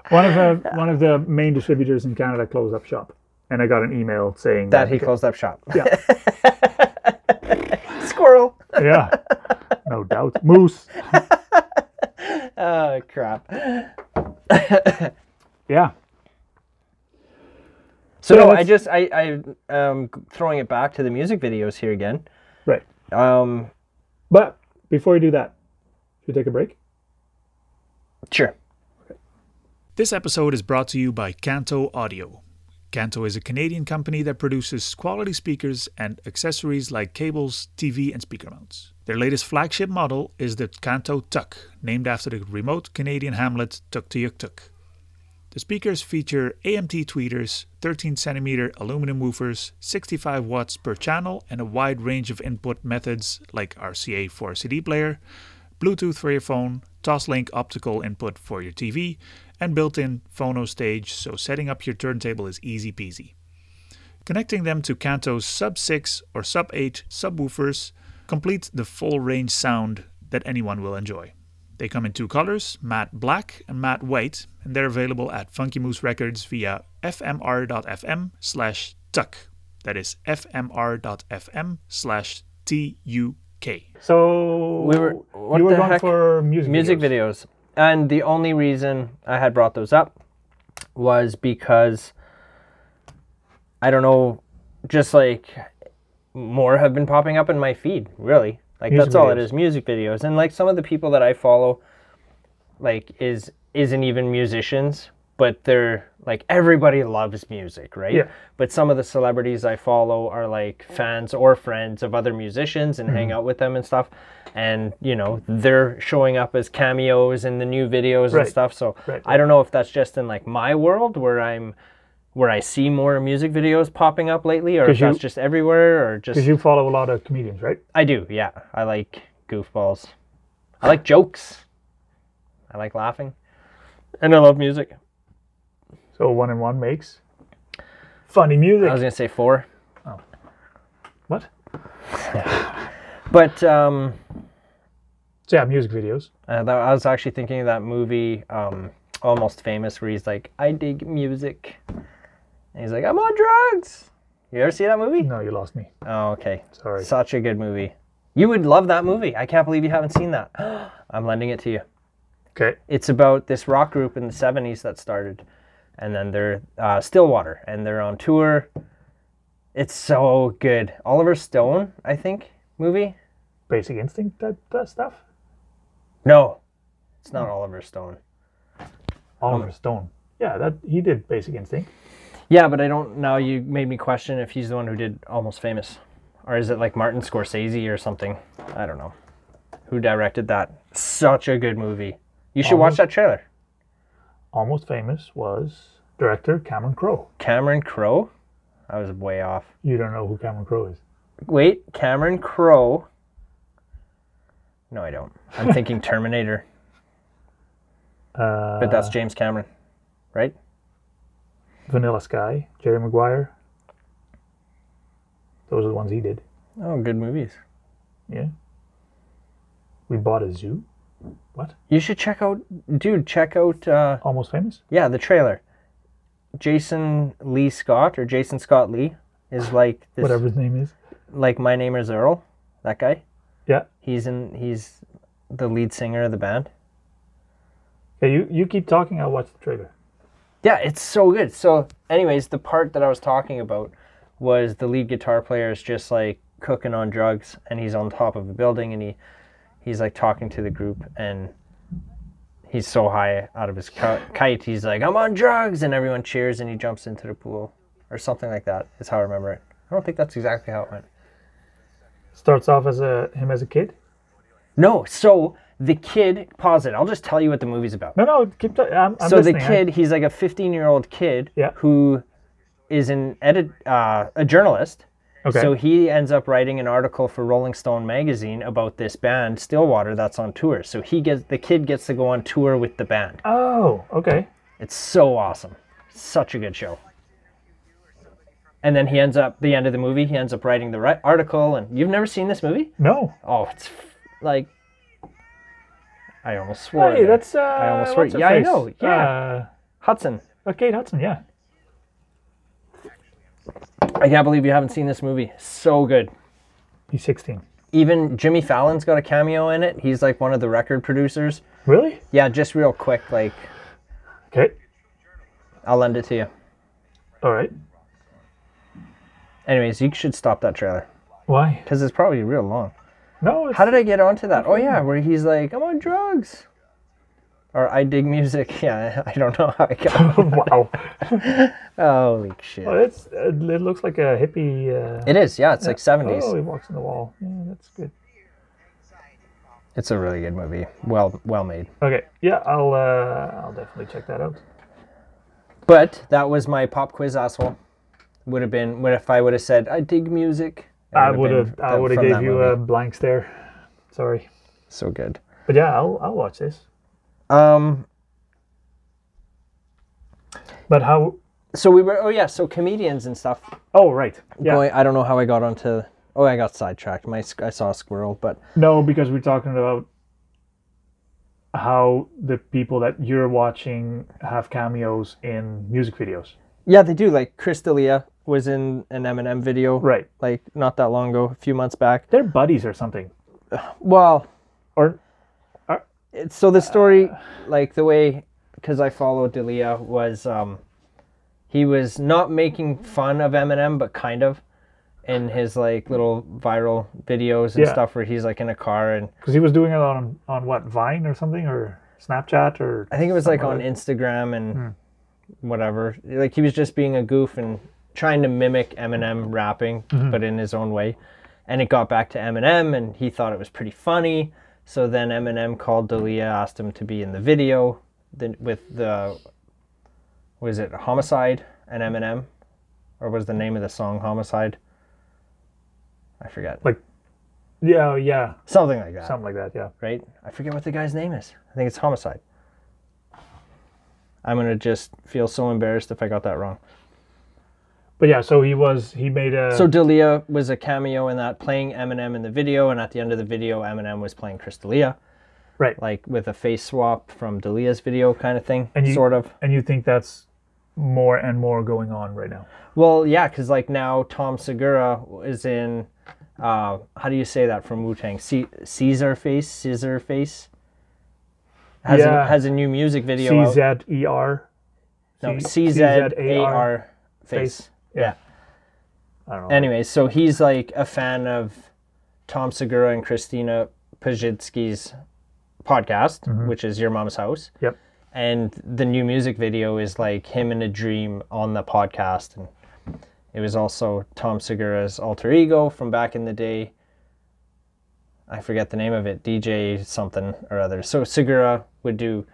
B: one of the one of the main distributors in Canada closed up shop, and I got an email saying
A: That he closed up shop.
B: Yeah.
A: [laughs] Squirrel.
B: yeah, no doubt, moose.
A: Oh crap.
B: Yeah,
A: So
B: Yeah,
A: no, I
B: that's-
A: just I I um throwing it back to the music videos here again.
B: right.
A: Um,
B: But before you do that, should we take a break?
A: sure.
C: This episode is brought to you by Canto Audio. Canto is a Canadian company that produces quality speakers and accessories like cables, TV, and speaker mounts. Their latest flagship model is the Canto Tuck, named after the remote Canadian hamlet Tuktoyaktuk. The speakers feature AMT tweeters, 13 centimeter aluminum woofers, 65 watts per channel, and a wide range of input methods like RCA for a CD player, Bluetooth for your phone, Toslink optical input for your TV, and built in phono stage, so setting up your turntable is easy peasy. Connecting them to Canto's sub 6 or sub 8 subwoofers complete the full range sound that anyone will enjoy. They come in two colors, matte black and matte white, and they're available at Funky Moose Records via fmr.fm slash tuck. That is fmr.fm slash T-U-K.
B: So
A: We were- what
B: you were
A: the
B: going
A: heck?
B: for music
A: music
B: videos.
A: videos. And the only reason I had brought those up was because I don't know, just like more have been popping up in my feed, really. Like
B: Music
A: that's all it
B: videos.
A: is, music videos. And like some of the people that I follow like is isn't even musicians, but they're like everybody loves music, right?
B: Yeah.
A: But some of the celebrities I follow are like fans or friends of other musicians and
B: Mm-hmm.
A: hang out with them and stuff. And you know, they're showing up as cameos in the new videos
B: Right.
A: and stuff. So
B: Right,
A: I don't know if that's just in like my world where I'm where I see more music videos popping up lately or
B: 'Cause
A: if that's
B: you-
A: just everywhere or just
B: Because you follow a lot of comedians, right?
A: I do, yeah. I like goofballs. I like jokes. I like laughing. And I love music.
B: So one and one makes funny music.
A: I was gonna say four.
B: what?
A: But um
B: So yeah, music videos.
A: Uh, that, I was actually thinking of that movie, um, Almost Famous, where he's like, I dig music. And he's like, I'm on drugs. You ever see that movie?
B: No, you lost me.
A: Oh, okay.
B: Sorry.
A: Such a good movie. You would love that movie. I can't believe you haven't seen that. [gasps] I'm lending it to you.
B: Okay.
A: It's about this rock group in the 70s that started, and then they're uh, Stillwater, and they're on tour. It's so good. Oliver Stone, I think, movie?
B: Basic Instinct type uh, stuff.
A: No, it's not Oliver Stone. Um,
B: Oliver Stone. Yeah, that he did Basic Instinct.
A: Yeah, but I don't. Now you made me question if he's the one who did Almost Famous, or is it like Martin Scorsese or something? I don't know. Who directed that? Such a good movie. You should watch that trailer.
B: Almost Famous was director Cameron Crowe.
A: Cameron Crowe. I was way off.
B: You don't know who Cameron Crowe is.
A: Wait, Cameron Crowe. No, I don't. I'm
B: [laughs]
A: thinking Terminator,
B: Uh,
A: but that's James Cameron, right?
B: Vanilla Sky, Jerry Maguire. Those are the ones he did.
A: Oh, good movies.
B: Yeah. We bought a zoo.
A: You should check out, dude. Check out uh,
B: Almost Famous.
A: Yeah, the trailer. Jason Lee Scott or Jason Scott Lee is like this,
B: Whatever his name is.
A: like my name is Earl, that guy.
B: Yeah.
A: He's in he's the lead singer of the band.
B: Yeah, you, you keep talking. I'll watch the trailer.
A: Yeah, it's so good. So anyways, the part that I was talking about was the lead guitar player is just like cooking on drugs and he's on top of a building and he he's like talking to the group and he's so high out of his ki- kite he's like i'm on drugs and everyone cheers and he jumps into the pool or something like that is how i remember it i don't think that's exactly how it went
B: Starts off as a him as a kid.
A: no so the kid pause it i'll just tell you what the movie's about
B: No, no, keep. Ta- I'm, I'm
A: so the
B: listening. I-
A: kid he's like a 15 year old kid
B: Yeah.
A: who is an edit uh, a journalist
B: okay.
A: So he ends up writing an article for Rolling Stone magazine about this band Stillwater that's on tour. So he gets the kid gets to go on tour with the band.
B: oh, okay.
A: It's so awesome. Such a good show. And then he ends up the end of the movie, he ends up writing the ri- article and you've never seen this movie?
B: No.
A: Oh, it's f- like I almost swore.
B: Hey,
A: there.
B: that's. Uh,
A: I almost swore.
B: what's her
A: Yeah, I
B: face?
A: know. Yeah. Hudson.
B: Uh, uh, Kate Hudson. Yeah.
A: I can't believe you haven't seen this movie. So good.
B: He's 16.
A: Even Jimmy Fallon's got a cameo in it. He's like one of the record producers.
B: Really?
A: Yeah, just real quick, like
B: Okay.
A: I'll lend it to you.
B: All right.
A: Anyways, you should stop that trailer
B: Why?
A: because it's probably real long.
B: No. It's,
A: How did I get onto that? Oh yeah, where he's like, I'm on drugs, or I dig music. [laughs] Yeah, I don't know how I got.
B: [laughs]
A: [laughs]
B: wow.
A: Holy shit!
B: Well, it's, uh, it looks like a hippie. Uh,
A: It is. Yeah, it's like 70s.
B: Oh, he walks on the wall. Yeah, that's good.
A: It's a really good movie. Well, well made.
B: Okay. Yeah, I'll. Uh, I'll definitely check that out.
A: But that was my pop quiz asshole. Would have been what if I would have said I dig music. It
B: I would
A: would've
B: have.
A: been
B: I
A: th-
B: would have
A: from
B: gave
A: that
B: you
A: movie.
B: a blank stare. Sorry.
A: so good.
B: But yeah, I'll. I'll watch this.
A: Um,
B: But how?
A: so we were. Oh yeah, so comedians and stuff.
B: Oh, right. Yeah.
A: Going, I don't know how I got onto. Oh, I got sidetracked. My sq- I saw a squirrel, but
B: No, because we're talking about how the people that you're watching have cameos in music videos.
A: yeah, they do. Like Chris D'Elia was in an Eminem video,
B: Right.
A: Like not that long ago, a few months back.
B: They're buddies or something.
A: Well,
B: Or
A: it's- so the story,
B: Uh.
A: like the way, because I followed D'Elia, was um, he was not making fun of Eminem, but kind of, in his like little viral videos and
B: Yeah.
A: stuff where he's like in a car and
B: because he was doing it on on what Vine or something or Snapchat or
A: I think it was like on Instagram and whatever. Like he was just being a goof and trying to mimic Eminem rapping, but in his own way. And it got back to Eminem, and he thought it was pretty funny. So then Eminem called Dalia, asked him to be in the video then with the was it Homicide and Eminem, or was the name of the song Homicide? I forget.
B: Like- yeah yeah
A: Something like that
B: something like that yeah
A: right? I forget what the guy's name is. I think it's Homicide. I'm gonna just feel so embarrassed if I got that wrong.
B: but yeah so he was he made a
A: So Dalia was a cameo in that, playing Eminem in the video, and at the end of the video, Eminem was playing Chris D'Elia,
B: right
A: like with a face swap from D'Elia's video, kind of thing,
B: And you-
A: sort of.
B: and you think that's more and more going on right now
A: Well, yeah, because like now Tom Segura is in, uh, how do you say that from Wu Tang? C- Caesar Face, Scissor Face. Has,
B: Yeah.
A: a, has a new music video. out.
B: C Z E R
A: No,
B: C-
A: C Z A R face. Yeah.
B: I don't know
A: Anyway, so he's like a fan of Tom Segura and Christina Pajitsky's podcast, which is Your Mom's House.
B: Mm-hmm. Yep.
A: And the new music video is like him in a dream on the podcast. And it was also Tom Segura's alter ego from back in the day. I forget the name of it, DJ something or other. So Segura would do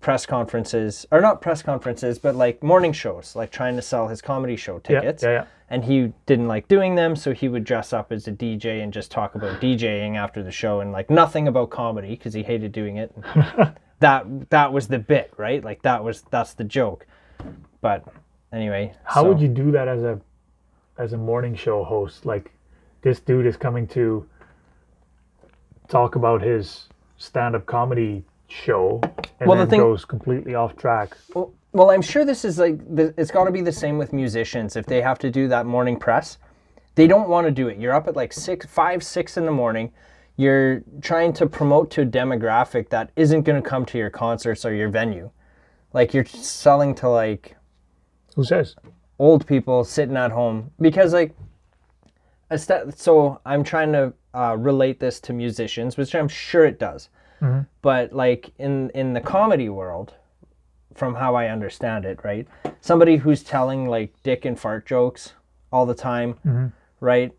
A: press conferences, or not press conferences, but like morning shows, like trying to sell his comedy show
B: yeah,
A: tickets
B: yeah yeah
A: and he didn't like doing them, so he would dress up as a DJ and just talk about DJing after the show and like nothing about comedy because he hated doing
B: [laughs]
A: it. that that was the bit, right? Like that was that's the joke. But anyway,
B: how
A: so-
B: would you do that as a as a morning show host like this dude is coming to talk about his stand-up comedy show and
A: Well, the
B: then
A: thing-
B: goes completely off track
A: Well, well, I'm sure this is like the, it's got to be the same with musicians if they have to do that morning press. They don't want to do it. You're up at like six, five, six in the morning. You're trying to promote to a demographic that isn't going to come to your concerts or your venue. Like you're selling to like
B: who says
A: old people sitting at home because like a st- so i'm trying to uh, relate this to musicians which i'm sure it does but like in in the comedy world from how i understand it right somebody who's telling like dick and fart jokes all the time right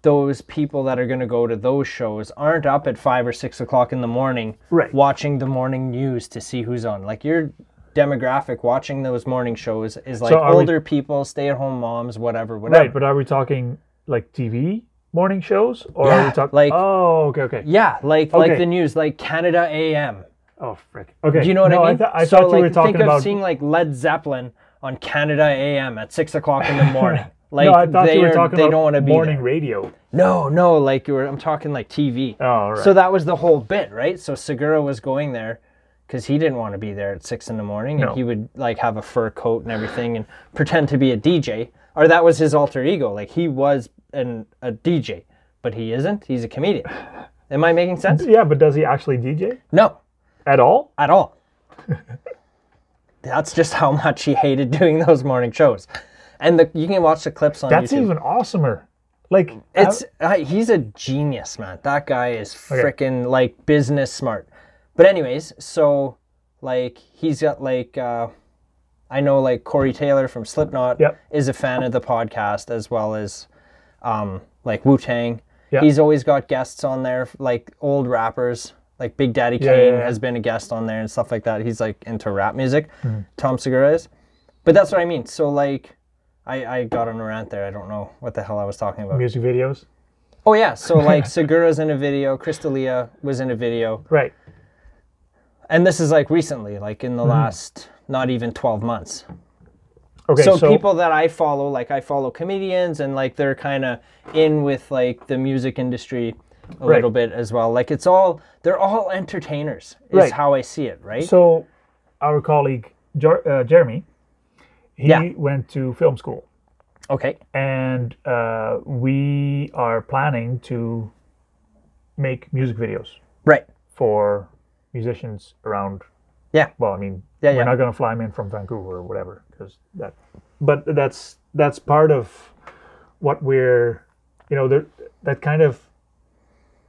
A: those people that are going to go to those shows aren't up at five or six o'clock in the morning
B: Right.
A: watching the morning news to see who's on like your demographic watching those morning shows is like
B: are we-
A: older people stay at home moms whatever whatever
B: right but are we talking like tv morning shows or are we
A: Yeah,
B: talking
A: like-
B: oh okay okay
A: yeah like like
B: Okay.
A: the news like canada am
B: oh frick okay
A: do you know what
B: No,
A: i mean
B: th- I
A: so
B: thought you
A: like
B: were talking
A: think
B: about
A: of seeing like led zeppelin on canada am at six o'clock
B: [laughs]
A: in the morning like
B: no, I thought
A: they,
B: you were
A: are,
B: talking
A: they
B: about
A: don't want to be
B: morning
A: there.
B: radio.
A: no no like you were, i'm talking like tv
B: Oh, all right.
A: So that was the whole bit, right? So Segura was going there because he didn't want to be there at six in the morning,
B: No.
A: and he would like have a fur coat and everything, and pretend to be a DJ, or that was his alter ego. Like he was an a DJ, but he isn't. He's a comedian. Am I making
B: [laughs]
A: sense?
B: yeah, but does he actually DJ
A: No,
B: at all?
A: at all. That's just how much he hated doing those morning shows, and the, you can watch the clips on
B: That's
A: YouTube.
B: even awesomer. Like
A: It's uh, he's a genius, man. That guy is frickin' like business smart. But anyways, so like he's got like uh, I know like Corey Taylor from Slipknot
B: Yep.
A: is a fan of the podcast as well as um, like Wu Tang.
B: Yeah.
A: He's always got guests on there, like old rappers. Like Big Daddy Kane
B: yeah, yeah.
A: has been a guest on there and stuff like that. He's like into rap music.
B: Mm-hmm.
A: Tom Segura is. But that's what I mean. So like I, I got on a rant there. I don't know what the hell I was talking about.
B: music videos,
A: Oh yeah,
B: [laughs]
A: so like Segura's in a video, Crystalia was in a video,
B: right? Mm-hmm.
A: and this is like recently, like in the last not even twelve months.
B: Okay,
A: so,
B: so,
A: people that I follow, like I follow comedians, and like they're kind of in with like the music industry a
B: Right.
A: little bit as well. Like it's all they're all entertainers, is
B: Right.
A: how I see it, right?
B: so our colleague Jer- uh, Jeremy, he
A: Yeah.
B: went to film school,
A: okay,
B: and uh, we are planning to make music videos
A: right,
B: for musicians around.
A: Yeah.
B: Well, I mean,
A: Yeah,
B: we're
A: yeah.
B: not gonna fly them in from Vancouver or whatever, because that. But that's that's part of what we're, you know, there that kind of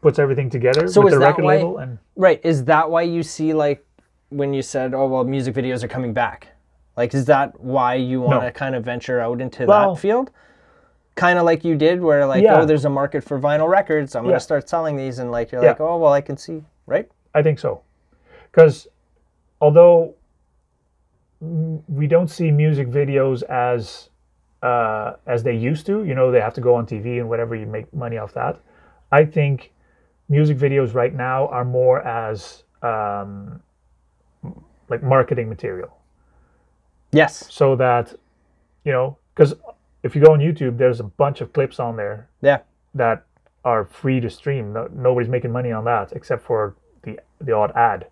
B: puts everything together
A: So
B: with
A: is
B: the
A: that
B: record
A: why-
B: label and
A: right. Is that why you see like when you said, "Oh well, music videos are coming back"? Like, is that why you want to kind of venture out into
B: Well-
A: that field? Kind of like you did, where like,
B: Yeah.
A: oh, there's a market for vinyl records. I'm
B: Yeah.
A: gonna start selling these, and like you're
B: Yeah.
A: like, oh well, I can see, right?
B: I think so, because although m- we don't see music videos as uh, as they used to, you know, they have to go on TV and whatever you make money off that. I think music videos right now are more as um, m- like marketing material,
A: Yes.
B: so that you know, because if you go on YouTube, there's a bunch of clips on there
A: Yeah.
B: that are free to stream. No, nobody's making money on that except for the the odd ad.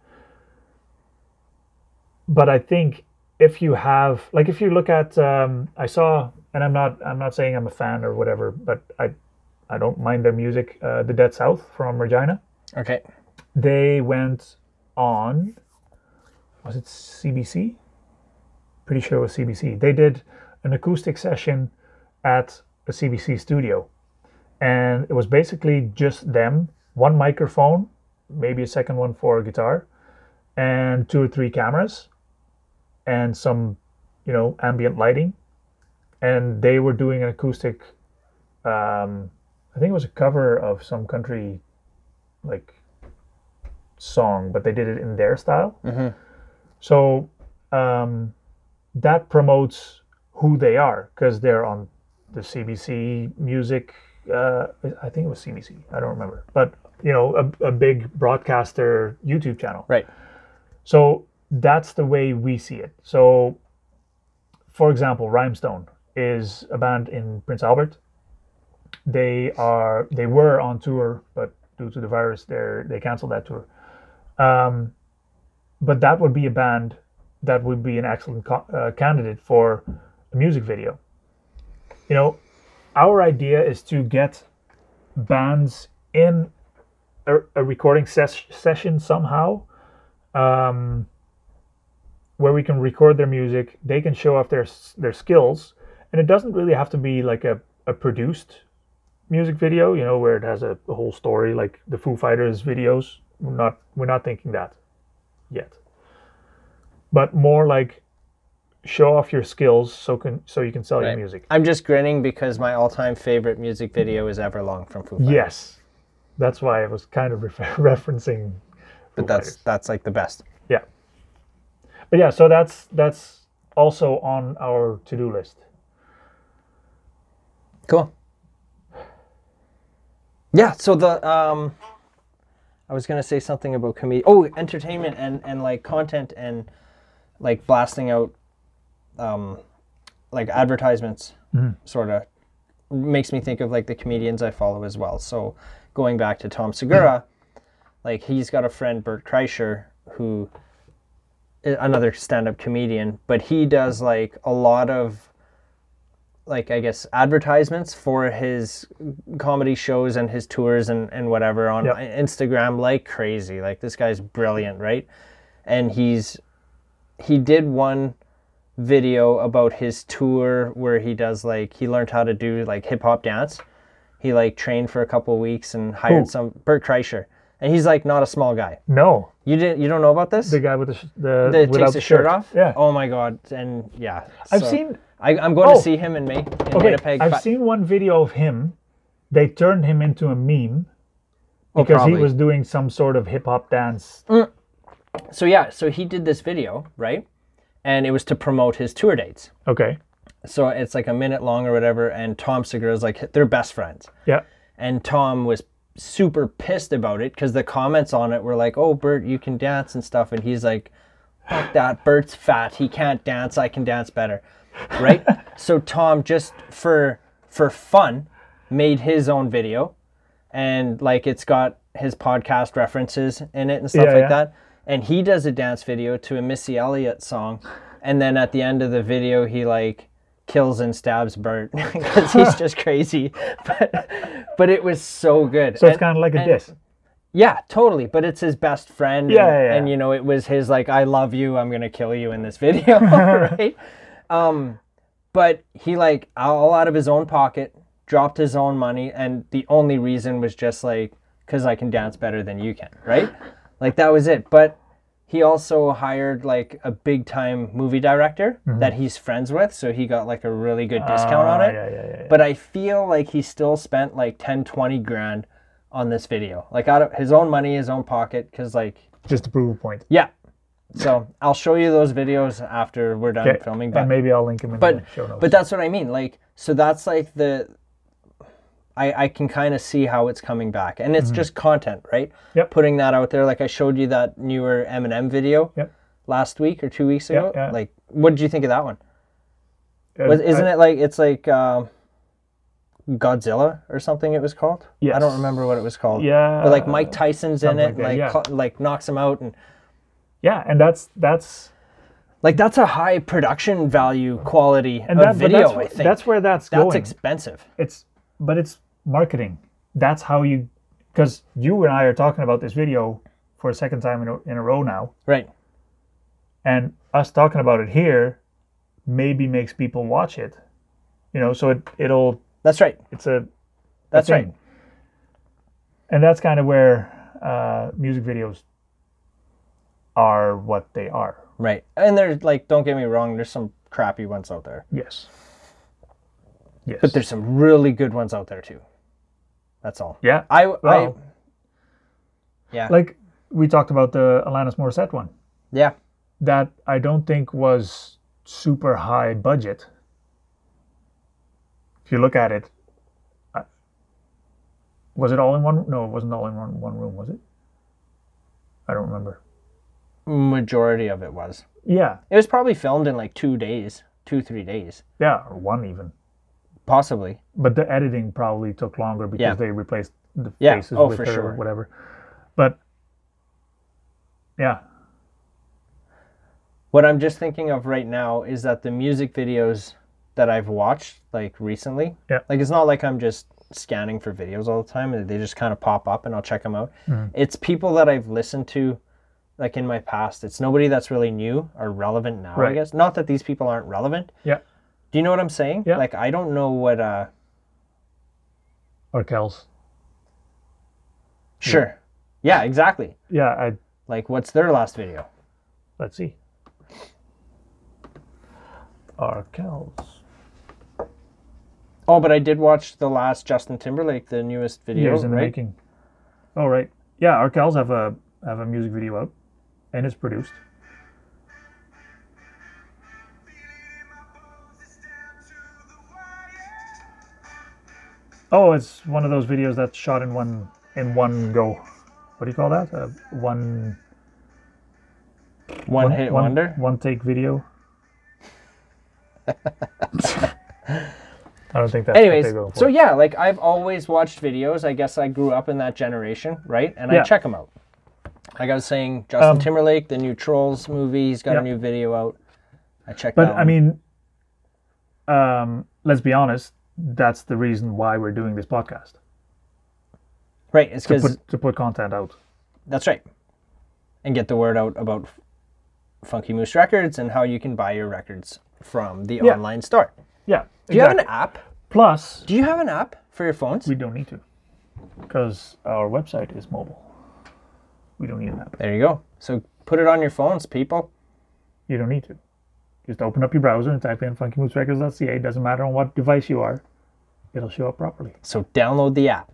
B: But I think if you have, like, if you look at, um, I saw, and I'm not, I'm not saying I'm a fan or whatever, but I, I don't mind their music. Uh, the Dead South from Regina,
A: Okay.
B: they went on, was it CBC? Pretty sure it was CBC. They did an acoustic session at a CBC studio. And it was basically just them, one microphone, maybe a second one for a guitar, and two or three cameras, and some, you know, ambient lighting. And they were doing an acoustic, um, I think it was a cover of some country, like, song, but they did it in their style. So um, that promotes who they are because they're on the CBC music. Uh, I think it was CBC. I don't remember, but you know, a, a big broadcaster YouTube channel.
A: Right.
B: So that's the way we see it. So, for example, Rhymestone is a band in Prince Albert. They are they were on tour, but due to the virus, they are they canceled that tour. Um, but that would be a band that would be an excellent co- uh, candidate for a music video. You know, our idea is to get bands in a, a recording ses- session somehow um, where we can record their music. They can show off their s- their skills, and it doesn't really have to be like a, a produced music video, you know, where it has a, a whole story like the Foo Fighters videos. We're not we're not thinking that yet, but more like show off your skills so can so you can sell your
A: Right.
B: music.
A: I'm just grinning because my all-time favorite music video is Everlong from Foo Fighters.
B: Yes, that's why I was kind of [laughs] refer referencing.
A: but that's that's like the best.
B: Yeah. But yeah, so that's that's also on our to-do list.
A: Cool. Yeah. So the um, I was gonna say something about comedy. Oh, entertainment and and like content and like blasting out, um, like advertisements, sort of makes me think of like the comedians I follow as well. So going back to Tom Segura, like he's got a friend Bert Kreischer who i- another stand-up comedian, but he does like a lot of like I guess advertisements for his comedy shows and his tours and, and whatever on
B: Yep.
A: Instagram like crazy. Like this guy's brilliant, right? And he's he did one video about his tour where he does like he learned how to do like hip hop dance. He like trained for a couple weeks and hired
B: Who?
A: some Bert Kreischer. And he's like not a small guy.
B: No,
A: You didn't you don't know about this?
B: the guy with the sh- the
A: that
B: without
A: takes
B: the
A: his shirt off.
B: Yeah,
A: Oh my god! And yeah,
B: I've
A: so-
B: seen.
A: I, I'm going
B: Oh.
A: to see him in May in
B: Okay,
A: Winnipeg.
B: I've
A: Fi-
B: seen one video of him. They turned him into a meme
A: Oh,
B: because he
A: probably.
B: was doing some sort of hip hop dance.
A: So yeah, so he did this video, right? And it was to promote his tour dates.
B: Okay.
A: So it's like a minute long or whatever. And Tom Segura is like they're best friends.
B: Yeah.
A: and Tom was super pissed about it because the comments on it were like, "Oh, Bert, you can dance and stuff," and he's like, "Fuck that, Bert's fat. He can't dance. I can dance better."
B: [laughs]
A: right? so Tom just for for fun made his own video and like it's got his podcast references in it and stuff
B: Yeah,
A: like
B: yeah.
A: that. And he does a dance video to a Missy Elliott song. And then at the end of the video he like kills and stabs Bert [laughs] because
B: [laughs]
A: he's just crazy. But but it was so good.
B: So it's
A: And-
B: kind of like a
A: and-
B: diss.
A: yeah, totally. But it's his best friend.
B: Yeah,
A: and,
B: yeah, yeah.
A: and you know, it was his like, I love you, I'm gonna kill you in this
B: [laughs]
A: video, right? Um, but he like all out of his own pocket, dropped his own money, and the only reason was just like, cause I can dance better than you can, right? Like that was it. But he also hired like a big time movie director that he's friends with, so he got like a really good discount on
B: Mm-hmm. Ah,
A: it.
B: yeah, yeah, yeah, yeah.
A: But I feel like he still spent like 10, 20 grand on this video. Like out of his own money, his own pocket, because like,
B: Just to prove a point.
A: yeah. So I'll show you those videos after we're done
B: Okay,
A: filming. But
B: and maybe I'll link him in
A: but
B: the show notes.
A: but that's what I mean. Like so that's like the I I can kind of see how it's coming back, and it's just content, right?
B: Mm-hmm. Yep.
A: Putting that out there, like I showed you that newer Eminem video
B: Yep.
A: last week or two weeks ago.
B: yeah.
A: Like, what did you think of that one?
B: Uh,
A: Was, isn't
B: I-
A: it like it's like um, Godzilla or something? It was called. I
B: Yes.
A: don't remember what it was called.
B: Yeah.
A: But like Mike Tyson's in
B: something
A: it, and
B: like that,
A: like
B: yeah.
A: cl- like knocks him out, and
B: Yeah, and that's that's
A: like that's a high production value quality
B: and
A: of
B: that, but
A: video.
B: that's,
A: I
B: wh-
A: think
B: that's where that's,
A: That's
B: going.
A: expensive.
B: it's but it's marketing. That's how you because you and I are talking about this video for a second time in a, in a row now,
A: Right.
B: and us talking about it here maybe makes people watch it. You know, so it it'll
A: That's right.
B: it's a
A: That's
B: thing.
A: right.
B: And that's kind of where uh, music videos are what they are.
A: Right. And there's like, don't get me wrong, there's some crappy ones out there,
B: Yes. Yes.
A: but there's some really good ones out there too. That's all.
B: yeah.
A: I,
B: Well,
A: I yeah
B: like we talked about the Alanis Morissette one.
A: yeah
B: that I don't think was super high budget. If you look at it, I- was it all in one? No, it wasn't all in one, one room, was it? I don't remember.
A: majority of it was.
B: Yeah,
A: It was probably filmed in like two days, two three days,
B: yeah, or one even.
A: possibly.
B: But the editing probably took longer because
A: Yeah.
B: they replaced the
A: Yeah,
B: faces
A: oh,
B: with
A: for
B: her
A: sure.
B: whatever. But yeah,
A: What I'm just thinking of right now is that the music videos that I've watched like recently,
B: Yeah.
A: like it's not like I'm just scanning for videos all the time. They just kind of pop up and I'll check them out.
B: Mm-hmm.
A: It's people that I've listened to like in my past. It's nobody that's really new or relevant now, I
B: Right.
A: guess. Not that these people aren't relevant.
B: yeah,
A: Do you know what I'm saying?
B: Yeah.
A: Like I don't know what uh
B: or Kels.
A: sure. Yeah, exactly.
B: Yeah, I
A: Like what's their last video?
B: Let's see. Arkells.
A: Oh, but I did watch the last Justin Timberlake, the newest video,
B: Years in the
A: right?
B: making. Oh right. Yeah, Arkells have a have a music video out, and it's produced. Oh, it's one of those videos that's shot in one in one go. What do you call that? Uh, one
A: One, hit wonder.
B: One take
A: [laughs]
B: video. I don't think that's
A: Anyways,
B: what they go for.
A: so yeah, like I've always watched videos. I guess I grew up in that generation, right? And I
B: Yeah.
A: check them out. Like I was saying, Justin
B: Um,
A: Timberlake, the new Trolls movie, he's got
B: yeah.
A: a new video out. I checked
B: but
A: that.
B: I
A: one.
B: mean, um, let's be honest. That's the reason why we're doing this podcast
A: right? It's
B: to
A: because
B: put to put content out.
A: that's right, and get the word out about F- Funky Moose Records and how you can buy your records from the
B: Yeah.
A: online store.
B: Yeah.
A: Do you have an
B: exactly.
A: app?
B: Plus,
A: Do you have an app for your phones?
B: we don't need to, because our website is mobile. We don't need an app.
A: there you go. So put it on your phones, people.
B: You don't need to. Just open up your browser and type in funkymoosrecords.ca. It doesn't matter on what device you are, it'll show up properly.
A: So download the app.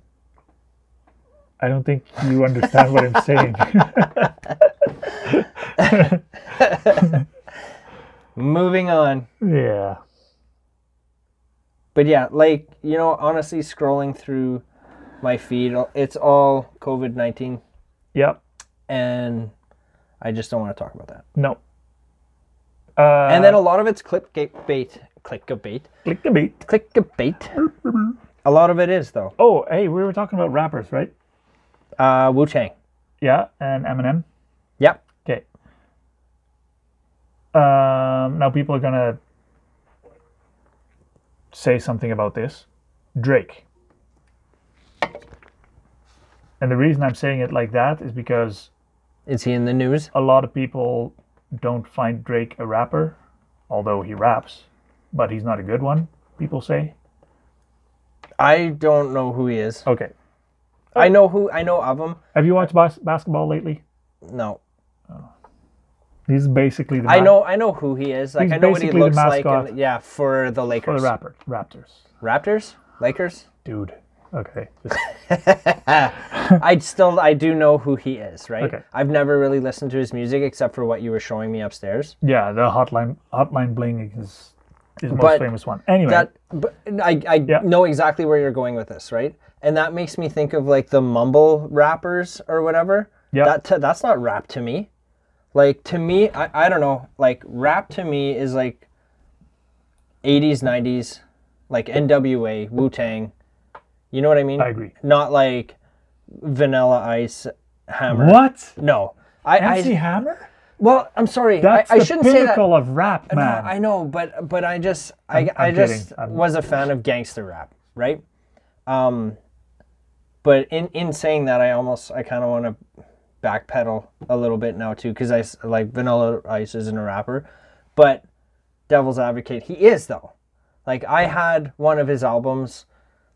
B: I don't think you understand what I'm saying.
A: Moving on.
B: yeah.
A: but yeah, like you know, honestly, scrolling through my feed, it's all COVID nineteen,
B: Yep.
A: and I just don't want to talk about that.
B: No. Uh,
A: and then a lot of it's clip bait, clickbait.
B: Click the beat.
A: Clickbait. A lot of it is though.
B: Oh, hey, we were talking about rappers, right?
A: Uh, Wu Chang.
B: Yeah, and Eminem.
A: Yep.
B: Okay. Um, now people are gonna say something about this. Drake. And the reason I'm saying it like that is because
A: Is he in the news?
B: a lot of people don't find Drake a rapper, although he raps, but he's not a good one, people say.
A: I don't know who he is.
B: Okay.
A: I know who I know of him.
B: Have you watched bas- basketball lately?
A: No.
B: He's basically the
A: I
B: ma-
A: know I know who he is. Like
B: He's
A: I know what he
B: basically the
A: looks like. and-
B: mascot.
A: yeah, for the Lakers.
B: the rapper, Raptors.
A: Raptors? Lakers?
B: Dude. Okay. Just-
A: I still I do know who he is, right?
B: Okay.
A: I've never really listened to his music except for what you were showing me upstairs.
B: yeah, the hotline hotline bling is his most
A: But
B: famous one. Anyway,
A: That but I, I
B: Yeah.
A: know exactly where you're going with this, right? And that makes me think of like the mumble rappers or whatever.
B: Yeah.
A: That t- that's not rap to me. Like to me, I, I don't know. Like rap to me is like 80s, 90s, like NWA, Wu Tang. You know what I mean?
B: I agree.
A: Not like Vanilla Ice, Hammer.
B: What?
A: No. I, I
B: MC Hammer?
A: Well, I'm sorry.
B: That's
A: I, I
B: the
A: shouldn't say that.
B: pinnacle of rap,
A: No,
B: man.
A: I know, but but I just I, i
B: I'm
A: just
B: kidding. I'm-
A: was a fan of gangster rap, right? Um, but in in saying that, I almost I kind of want to backpedal a little bit now too, because I s- like Vanilla Ice isn't a rapper, but Devil's Advocate he is though. Like I had one of his albums,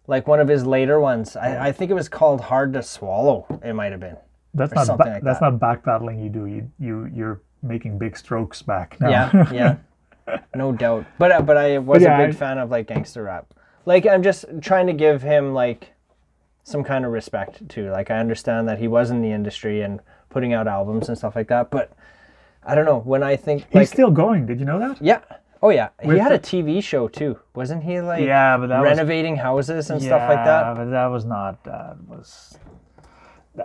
A: like one of his later ones. I, I think it was called Hard to Swallow. It might have been.
B: that's not
A: something
B: ba-
A: like
B: that's not backpedaling. You do you you you're making big strokes back now.
A: Yeah, yeah, no doubt. But uh, but I was
B: yeah,
A: a big
B: I-
A: fan of like gangster rap. Like I'm just trying to give him like some kind of respect too. Like I understand that he was in the industry and putting out albums and stuff like that. But I don't know when I think
B: He's
A: like
B: still going. Did you know that?
A: yeah, oh yeah, he
B: With
A: had
B: the-
A: a TV show too, wasn't he? Like
B: Yeah, but that was-
A: renovating houses and stuff like that.
B: But that was not. That was.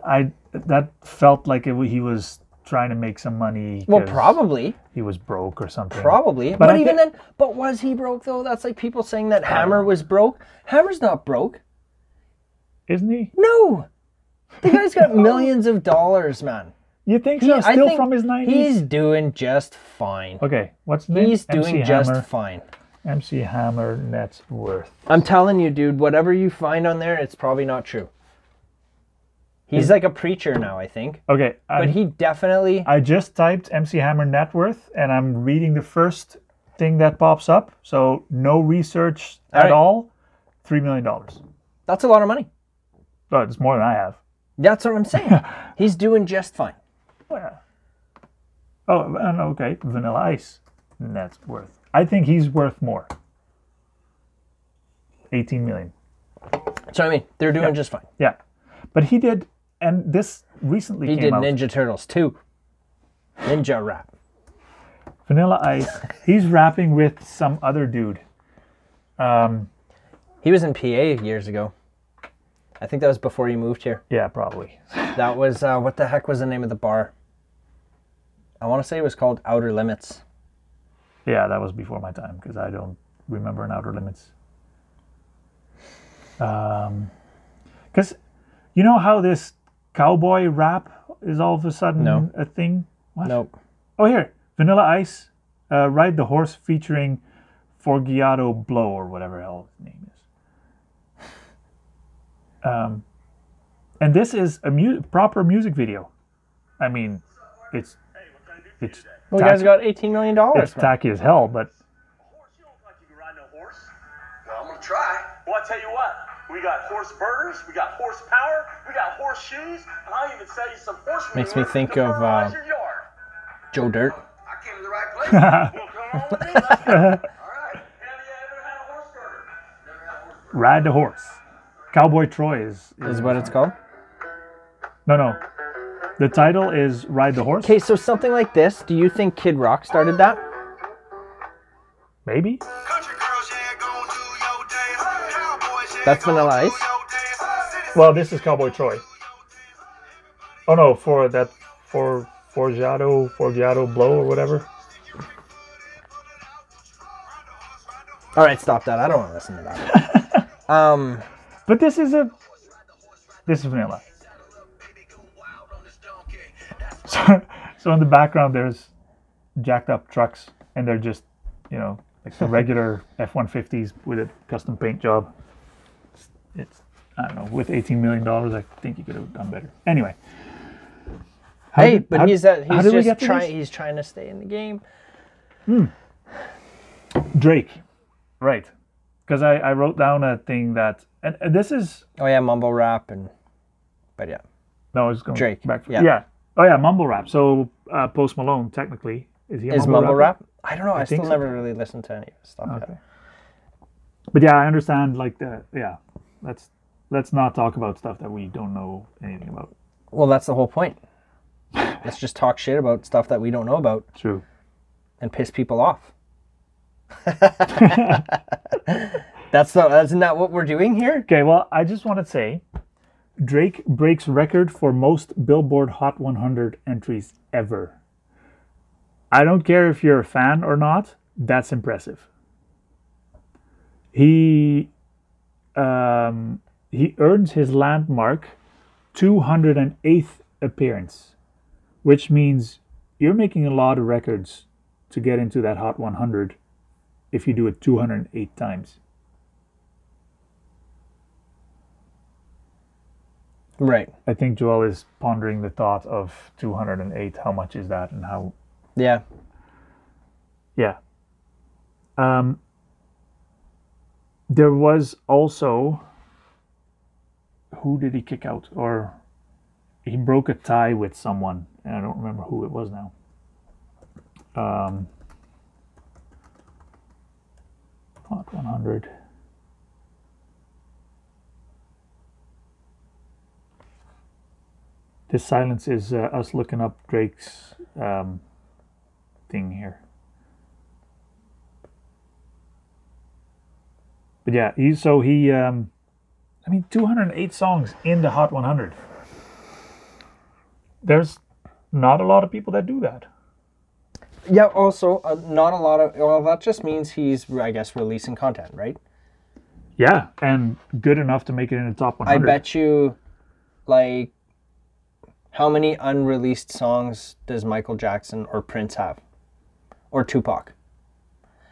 B: I that felt like it, wa- he was trying to make some money.
A: Well,
B: 'cause
A: probably,
B: he was broke or something.
A: probably. But,
B: I
A: even
B: thi-
A: then, but was he broke though? That's like people saying that Hammer was broke. Hammer's not broke.
B: isn't he?
A: No. The guy's
B: [laughs]
A: got millions of dollars, man.
B: You think
A: He-
B: so?
A: I
B: Still
A: think
B: from his
A: He's
B: nineties.
A: doing just fine.
B: Okay, what's the name?
A: He's doing
B: MC
A: just
B: Hammer,
A: fine.
B: MC Hammer net worth.
A: I'm telling you, dude, whatever you find on there, it's probably not true. He's like a preacher now, I think.
B: Okay,
A: But
B: I'm-
A: he definitely
B: I just typed MC Hammer net worth, and I'm reading the first thing that pops up. So no research
A: All
B: at
A: right.
B: all. Three million dollars.
A: that's a lot of money.
B: Oh, it's more than I have.
A: That's what I'm
B: [laughs]
A: saying. He's doing just fine.
B: Where? Oh, and okay, Vanilla Ice. That's worth. I think he's worth more. 18 million.
A: That's what I mean. They're doing just fine.
B: Yeah. But he did and this recently
A: He
B: came
A: did
B: out.
A: Ninja Turtles too. Ninja rap. [laughs]
B: Vanilla Ice. he's rapping with some other dude.
A: He was in PA years ago. I think that was before you moved here.
B: Yeah, probably.
A: That was uh, what the heck was the name of the bar? I want to say it was called Outer Limits.
B: Yeah, that was before my time because I don't remember an Outer Limits. Because you know how this cowboy rap is all of a sudden
A: No.
B: a thing? What?
A: Nope.
B: Oh, here, Vanilla Ice, uh, Ride the Horse featuring Forgiato Blow or whatever hell his name is. Um, and this is a mu- proper music video. I mean, it's it's
A: Well, you
B: tacky,
A: guys got eighteen million
B: it's
A: dollars.
B: tacky as hell, but
D: Horse, you don't look like you can ride no horse. Well, I'm gonna try. Well, I tell you what, we got horse burgers, we got horsepower, we got horse shoes, and I'll even sell you some horse
A: Makes me
D: manure
A: think
D: to
A: of,
D: fertilize
A: uh,
D: your yard.
A: Joe Dirt.
D: I came to the right
A: [laughs]
D: place. well, come on with me. All right. Have you ever had a horse burger? Never had a horse burger.
B: Ride the Horse, Cowboy Troy is, is
A: Is what it's called.
B: no no. The title is Ride the Horse.
A: Okay, so something like this. Do you think Kid Rock started that?
B: Maybe
E: Country girls, yeah, gon' do your dance. Cowboys, yeah,
A: That's
E: gon'
A: Vanilla
E: do
A: Ice.
E: your dance. Citizens,
B: Well, this is Cowboy Troy. Oh no, for that for Forgiato Forgiato Blow or whatever.
E: you kick foot in, pull it out. Ride the horse, ride the
A: All right, stop that. I don't want to listen to that. um,
C: But this is a this is vanilla. [laughs] So, so in the background there's jacked up trucks and they're just you know like the
A: [laughs]
C: regular F-150s with a custom paint job. It's I don't know with 18 million dollars I think you could have done better. Anyway. How
A: hey,
C: did-
A: but
C: how-
A: he's that
C: how
A: he's
C: did we
A: just
C: get to
A: trying.
C: this?
A: He's trying to stay in the game.
C: Drake, right? Because I, I wrote down a thing that and, and this is
A: Oh yeah, mumble rap and. But yeah,
C: No, it's going
A: Drake,
C: back.
A: yeah.
C: Oh yeah, mumble rap. So uh, Post Malone, technically, is he a
A: is
C: mumble,
A: mumble
C: rapper?
A: rap? I don't know. I,
C: think
A: still
C: so.
A: never really listened to any of his stuff. yet.
C: But yeah, I understand. Like the yeah, let's let's not talk about stuff that we don't know anything about.
A: Well, that's the whole
C: [laughs]
A: point. Let's just talk shit about stuff that we don't know about
C: True.
A: and piss people
C: [laughs]
A: off. that's not. That's not what we're doing here.
C: Okay. Well, I just want to say, Drake breaks record for most Billboard Hot 100 entries ever. I don't care if you're a fan or not. That's impressive. He um, he earns his landmark 208th appearance, which means you're making a lot of records to get into that Hot 100 if you do it 208 times.
A: Right.
C: I think Joel is pondering the thought of 208. How much is that, and how?
A: Yeah.
C: Yeah. Um. There was also. Who did he kick out? Or he broke a tie with someone, and I don't remember who it was now. Um. Hot 100. This silence is uh, us looking up Drake's um, thing here. But yeah, he so he, um, I mean, 208 songs in the Hot 100. There's not a lot of people that do that.
A: Yeah. Also, uh, not a lot of. Well, that just means he's, I guess, releasing content, right?
C: Yeah, and good enough to make it in the top
A: I
C: 100.
A: bet you, like, how many unreleased songs does Michael Jackson or Prince have, or Tupac?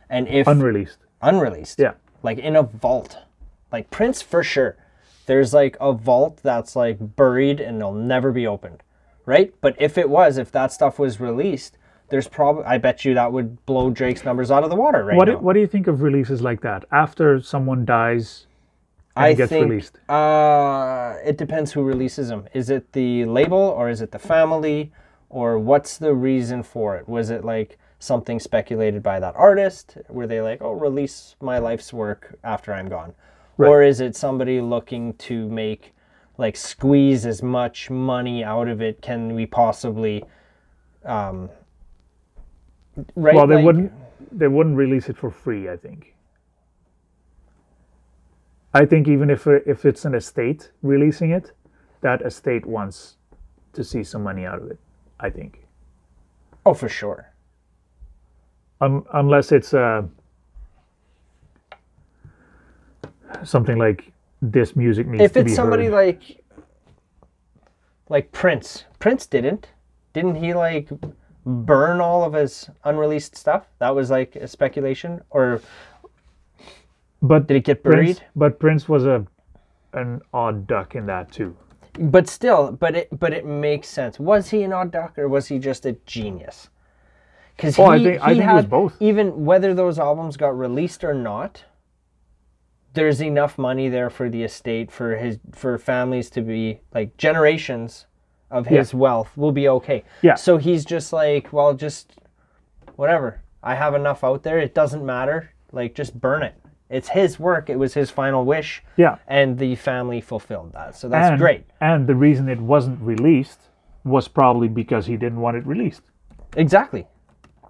A: And if
C: Unreleased.
A: unreleased,
C: Yeah.
A: like in a vault, like Prince for sure. There's like a vault that's like buried and it'll never be opened, right? But if it was, if that stuff was released, there's probably I bet you that would blow Drake's numbers out of the water right
C: What do,
A: now.
C: what do you think of releases like that? After someone dies and
A: I
C: gets
A: think
C: released?
A: Uh, it depends who releases them. Is it the label or is it the family or what's the reason for it? Was it like something speculated by that artist? Were they like, oh, release my life's work after I'm gone? Or is it somebody looking to make, like, squeeze as much money out of it? Can we possibly, um, right?
C: Well, they
A: like-
C: wouldn't. They wouldn't release it for free. I think. I think even if if it's an estate releasing it, that estate wants to see some money out of it. I think,
A: Oh, for sure.
C: Un unless it's uh, something like this music needs
A: if
C: to
A: it's
C: be
A: somebody
C: heard.
A: like like prince prince didn't didn't he like burn all of his unreleased stuff that was like a speculation or
C: but
A: did it get
C: Prince,
A: buried
C: but Prince was a an odd duck in that too.
A: but still but it but it makes sense was he an odd duck or was he just a genius because he,
C: Oh, I think- I
A: he
C: think it
A: had
C: was both.
A: even whether those albums got released or not there's enough money there for the estate for his for families to be like generations of his wealth will be okay
C: Yeah.
A: so he's just like well just whatever i have enough out there it doesn't matter like just burn it it's his work it was his final wish
C: Yeah.
A: and the family fulfilled that so that's
C: and,
A: great
C: And the reason it wasn't released was probably because he didn't want it released.
A: exactly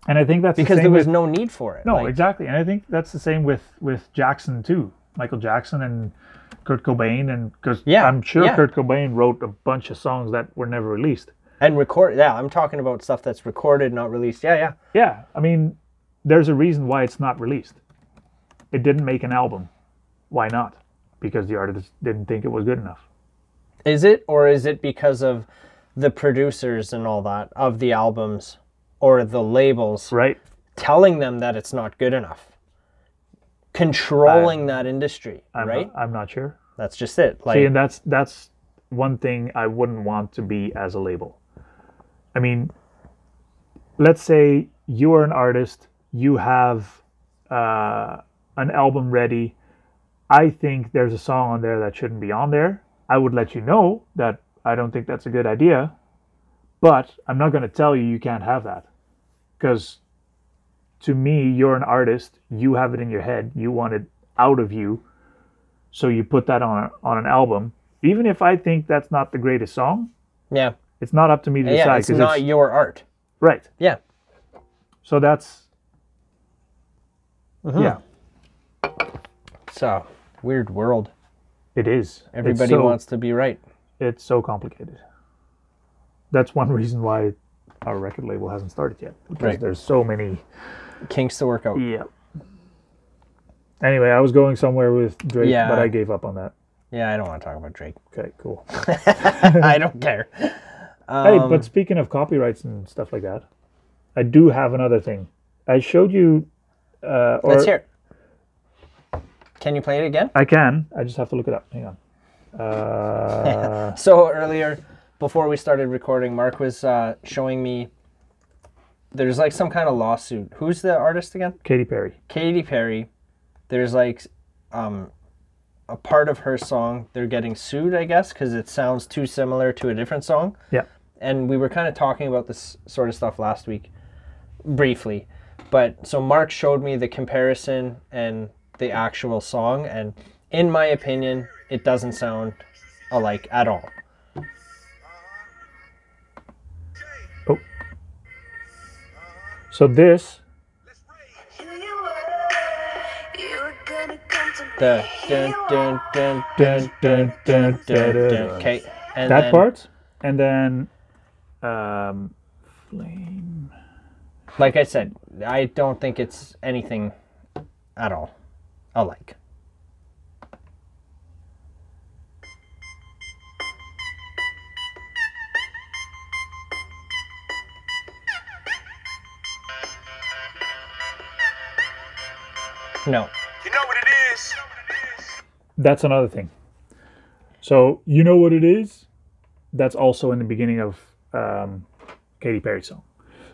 C: And I think that's
A: because
C: the
A: there
C: same
A: was
C: with,
A: no need for it.
C: no
A: like,
C: exactly. And I think that's the same with with Jackson too, Michael Jackson and Kurt Cobain, and because
A: Yeah,
C: I'm sure
A: yeah.
C: Kurt Cobain wrote a bunch of songs that were never released.
A: and record. Yeah, I'm talking about stuff that's recorded, not released. Yeah, yeah,
C: Yeah, I mean, there's a reason why it's not released. It didn't make an album. Why not? Because the artist didn't think it was good enough.
A: Is it, or is it because of the producers and all that of the albums or the labels
C: Right?
A: telling them that it's not good enough? Controlling that industry,
C: I'm
A: right?
C: Not, I'm not sure.
A: That's just it. Like,
C: See, and that's that's one thing I wouldn't want to be as a label. I mean, let's say you are an artist, you have uh, an album ready. I think there's a song on there that shouldn't be on there. I would let you know that I don't think that's a good idea, but I'm not going to tell you you can't have that because to me, you're an artist. You have it in your head. You want it out of you so you put that on on an album even if i think that's not the greatest song
A: yeah,
C: it's not up to me to
A: yeah,
C: decide
A: it's not your art.
C: right
A: Yeah,
C: so that's
A: Uh-huh.
C: yeah
A: so weird world.
C: it is It's
A: Everybody
C: so-
A: wants to be right.
C: it's so complicated that's one [laughs] reason why our record label hasn't started yet because
A: Right.
C: there's so many
A: Kinks to work out.
C: yeah anyway i was going somewhere with drake
A: Yeah.
C: but i gave up on that
A: Yeah, I don't want to talk about
C: [laughs]
A: Drake.
C: okay cool
A: I don't care.
C: Hey,
A: Um,
C: but speaking of copyrights and stuff like that, I do have another thing. I showed you. Uh, or
A: Let's hear it. Can you play it again?
C: I can. I just have to look it up. Hang on. Uh,
A: So earlier, before we started recording, Mark was uh, showing me there's like some kind of lawsuit. Who's the artist again?
C: Katy Perry.
A: Katy Perry. There's like um, a part of her song. They're getting sued, I guess, because it sounds too similar to a different song.
C: Yeah.
A: and we were kind of talking about this sort of stuff last week briefly but so mark showed me the comparison and the actual song and in my opinion it doesn't sound alike at all
C: Oh. So this.
A: the dun dun dun
C: Dun, dun, dun,
A: dun
C: dun,
A: dun
C: dun.
A: okay and
C: That
A: then-
C: part, and then. Um, flame.
A: like i said i don't think it's anything at all alike no
D: You know what it is.
C: That's another thing. So you know what it is. That's also in the beginning of um, Katy Perry song.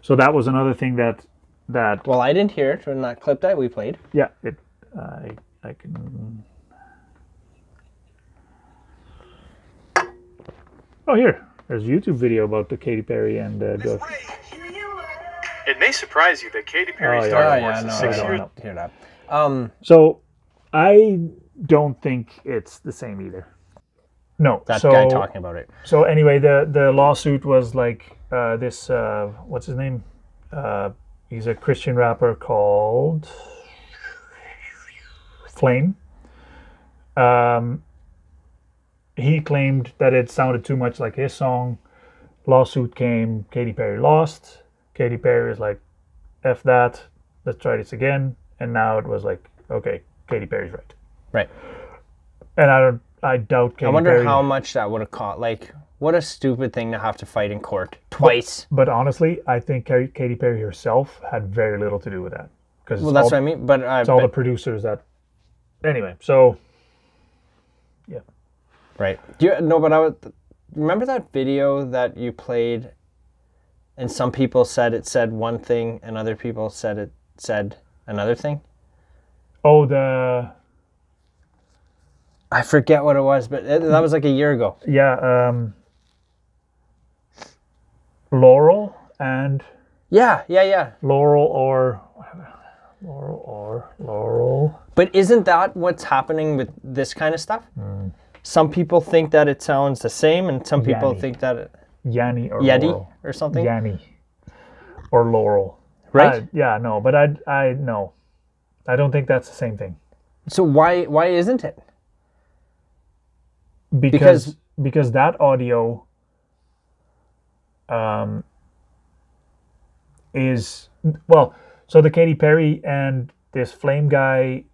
C: So that was another thing that that
A: well i didn't hear it from that clip that we played
C: yeah it I I can. Oh here, there's a YouTube video about the Katy Perry and uh, Ghost.
B: It may surprise you that Katy Perry's
C: Oh, yeah.
B: Dark
A: oh
B: Horse
A: yeah no
B: is
A: i
B: six years.
A: don't hear that um
C: So I don't think it's the same either. No,
A: that
C: so,
A: guy talking about it
C: So anyway, the the lawsuit was like uh, this. Uh, what's his name? Uh, he's a Christian rapper called Flame. Um, he claimed that it sounded too much like his song. Lawsuit came. Katy Perry lost. Katy Perry is like, "F that. Let's try this again." And now it was like, "Okay, Katy Perry's right."
A: right
C: And I don't. I doubt Katy
A: i wonder
C: Perry.
A: how much that would have caught like what a stupid thing to have to fight in court twice
C: But honestly, I think Ka- Katy Perry herself had very little to do with that because
A: Well, that's what
C: all,
A: I mean. But I
C: it's all the
A: but-
C: producers that. Anyway, so
A: right. Do you, no, but I would remember that video that you played, and some people said it said one thing, and other people said it said another thing.
C: oh the
A: I forget what it was, but it, that was like a year ago.
C: yeah um. Laurel and
A: Yeah, yeah, yeah.
C: Laurel or Laurel or Laurel.
A: But isn't that what's happening with this kind of stuff?
C: Hmm.
A: Some people think that it sounds the same, and some people
C: Yanny.
A: think that it,
C: Yanni or
A: Yeti
C: Laurel.
A: or something,
C: Yanni or Laurel.
A: right?
C: I- yeah, no, but I I no, I don't think that's the same thing.
A: so why why isn't it?
C: because because, that audio um is well so the Katy Perry and this flame guy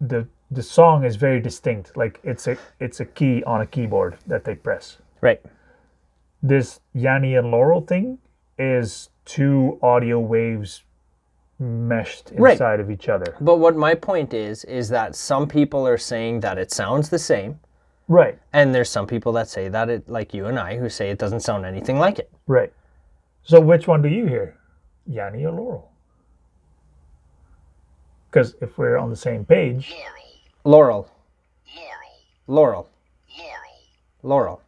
B: the the song is very distinct. Like it's a it's a key on a keyboard that they press.
A: Right.
B: This Yanni and Laurel thing is two audio waves meshed
A: Right.
B: inside of each other.
A: But what my point is, is that some people are saying that it sounds the same,
B: Right.
A: and there's some people that say that it, like you and I, who say it doesn't sound anything like it.
B: Right. So which one do you hear, Yanni or Laurel? Because if we're on the same page,
A: Laurel, Laurel, Laurel.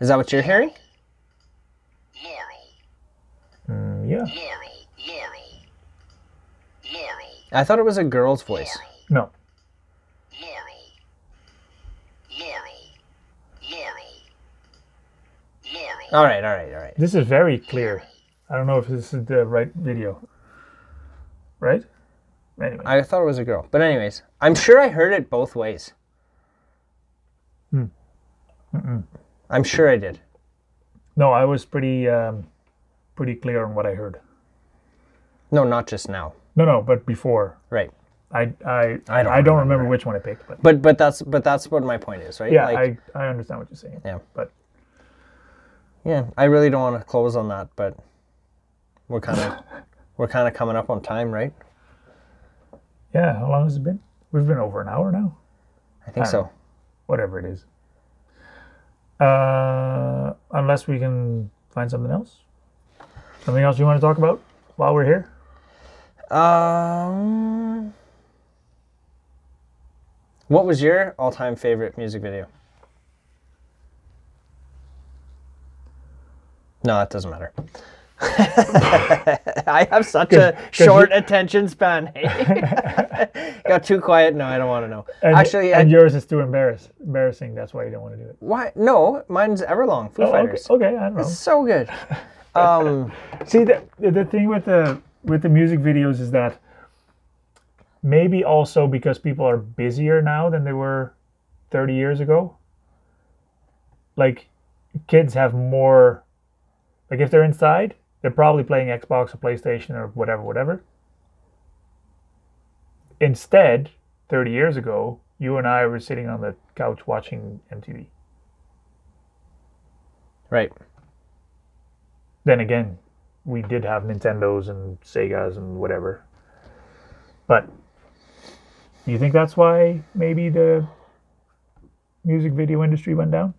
A: Is that what you're hearing?
B: mm, yeah,
A: I thought it was a girl's voice.
B: no,
A: All right, all right, all right.
B: this is very clear. I don't know if this is the right video. Right. Anyway,
A: I thought it was a girl. But anyways, I'm sure I heard it both ways. Hmm. I'm sure I did.
B: no, I was pretty um, pretty clear on what I heard.
A: No, not just now.
B: No, no, but before
A: Right.
B: I I
A: I don't
B: don't remember which one I picked, but
A: But but that's but that's what my point is, right?
B: yeah,
A: Like,
B: I I understand what you're saying.
A: Yeah.
B: but
A: yeah. I really don't want to close on that, but we're kind
B: [laughs]
A: of we're kind of coming up on time, right?
B: yeah, how long has it been? We've been over an hour now.
A: I think so.
B: whatever it is. Uh, unless we can find something else. Something else you want to talk about while we're here?
A: Um, what was your all-time favorite music video? No, that doesn't matter. [laughs] I have such a short attention span. [laughs] Got too quiet. No, I don't want to know.
B: And,
A: Actually, I,
B: and yours is too embarrass, embarrassing. That's why you don't want to do it.
A: why? No, mine's Everlong, Foo
B: Oh, okay,
A: Fighters.
B: okay, I don't know.
A: So good. Um,
B: See, the, the thing with the with the music videos is that maybe also because people are busier now than they were 30 years ago. Like kids have more like if they're inside, they're probably playing Xbox or PlayStation or whatever whatever. Instead, 30 years ago, you and I were sitting on the couch watching MTV.
A: right.
B: then again, we did have Nintendos and Segas and whatever. But do you think that's why maybe the music video industry went down?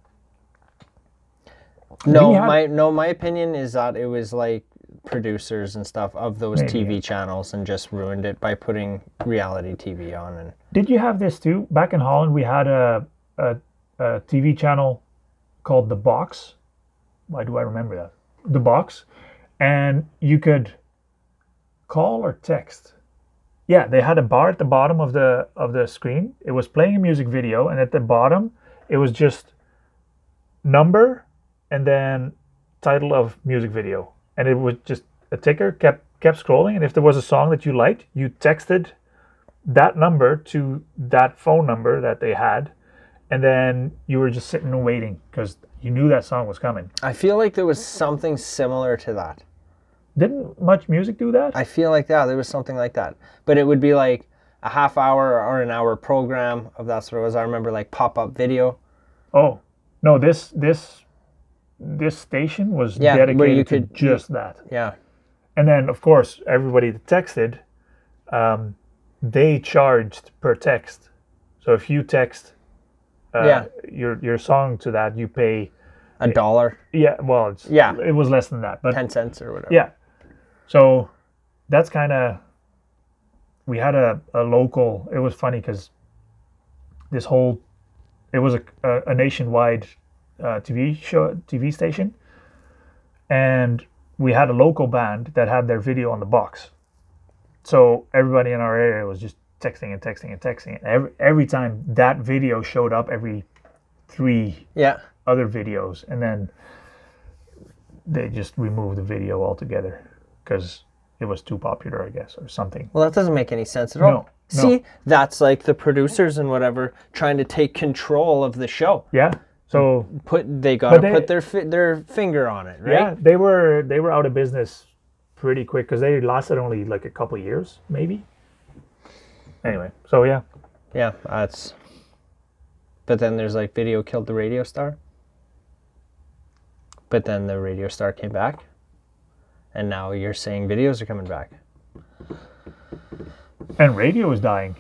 A: No,
B: We had-
A: my no, my opinion is that it was like producers and stuff of those
B: Maybe.
A: TV channels and just ruined it by putting reality TV on and
B: Did you have this too? Back in Holland, we had a, a, a TV channel called The Box. Why do I remember that? The Box. And you could call or text. Yeah, they had a bar at the bottom of the of the screen. It was playing a music video, and at the bottom, it was just number and then title of music video, and it was just a ticker kept kept scrolling. And if there was a song that you liked, you texted that number to that phone number that they had, and then you were just sitting and waiting because you knew that song was coming.
A: I feel like there was something similar to that.
B: Didn't much music do that?
A: I feel like that there was something like that. But it would be like a half hour or an hour program of that's what it was. I remember like pop up video.
B: oh, no this this this station was
A: Yeah, where
B: dedicated
A: you
B: to
A: could-
B: just that.
A: Yeah.
B: And then of course everybody that texted, um, they charged per text. So if you text uh,
A: Yeah.
B: your your song to that, you pay.
A: A dollar,
B: Yeah, well, it's,
A: Yeah.
B: it was less than that, but
A: ten cents or whatever.
B: Yeah. So that's kind of. We had a, a local. It was funny because this whole. It was a, a, a nationwide uh, TV show, TV station. And we had a local band that had their video on the box. So everybody in our area was just texting and texting and texting. And every, every time that video showed up, every three
A: Yeah.
B: other videos and then they just removed the video altogether because it was too popular i guess or something
A: Well, that doesn't make any sense at all.
B: No, no.
A: See, that's like the producers and whatever trying to take control of the show.
B: yeah so
A: put they gotta
B: they-
A: put their fi- their finger on it, right?
B: yeah they were they were out of business pretty quick because they lasted only like a couple years maybe Anyway, so yeah,
A: Yeah, that's. But then there's like video killed the radio star. But then the radio star came back, and now you're saying videos are coming back.
B: and radio is dying.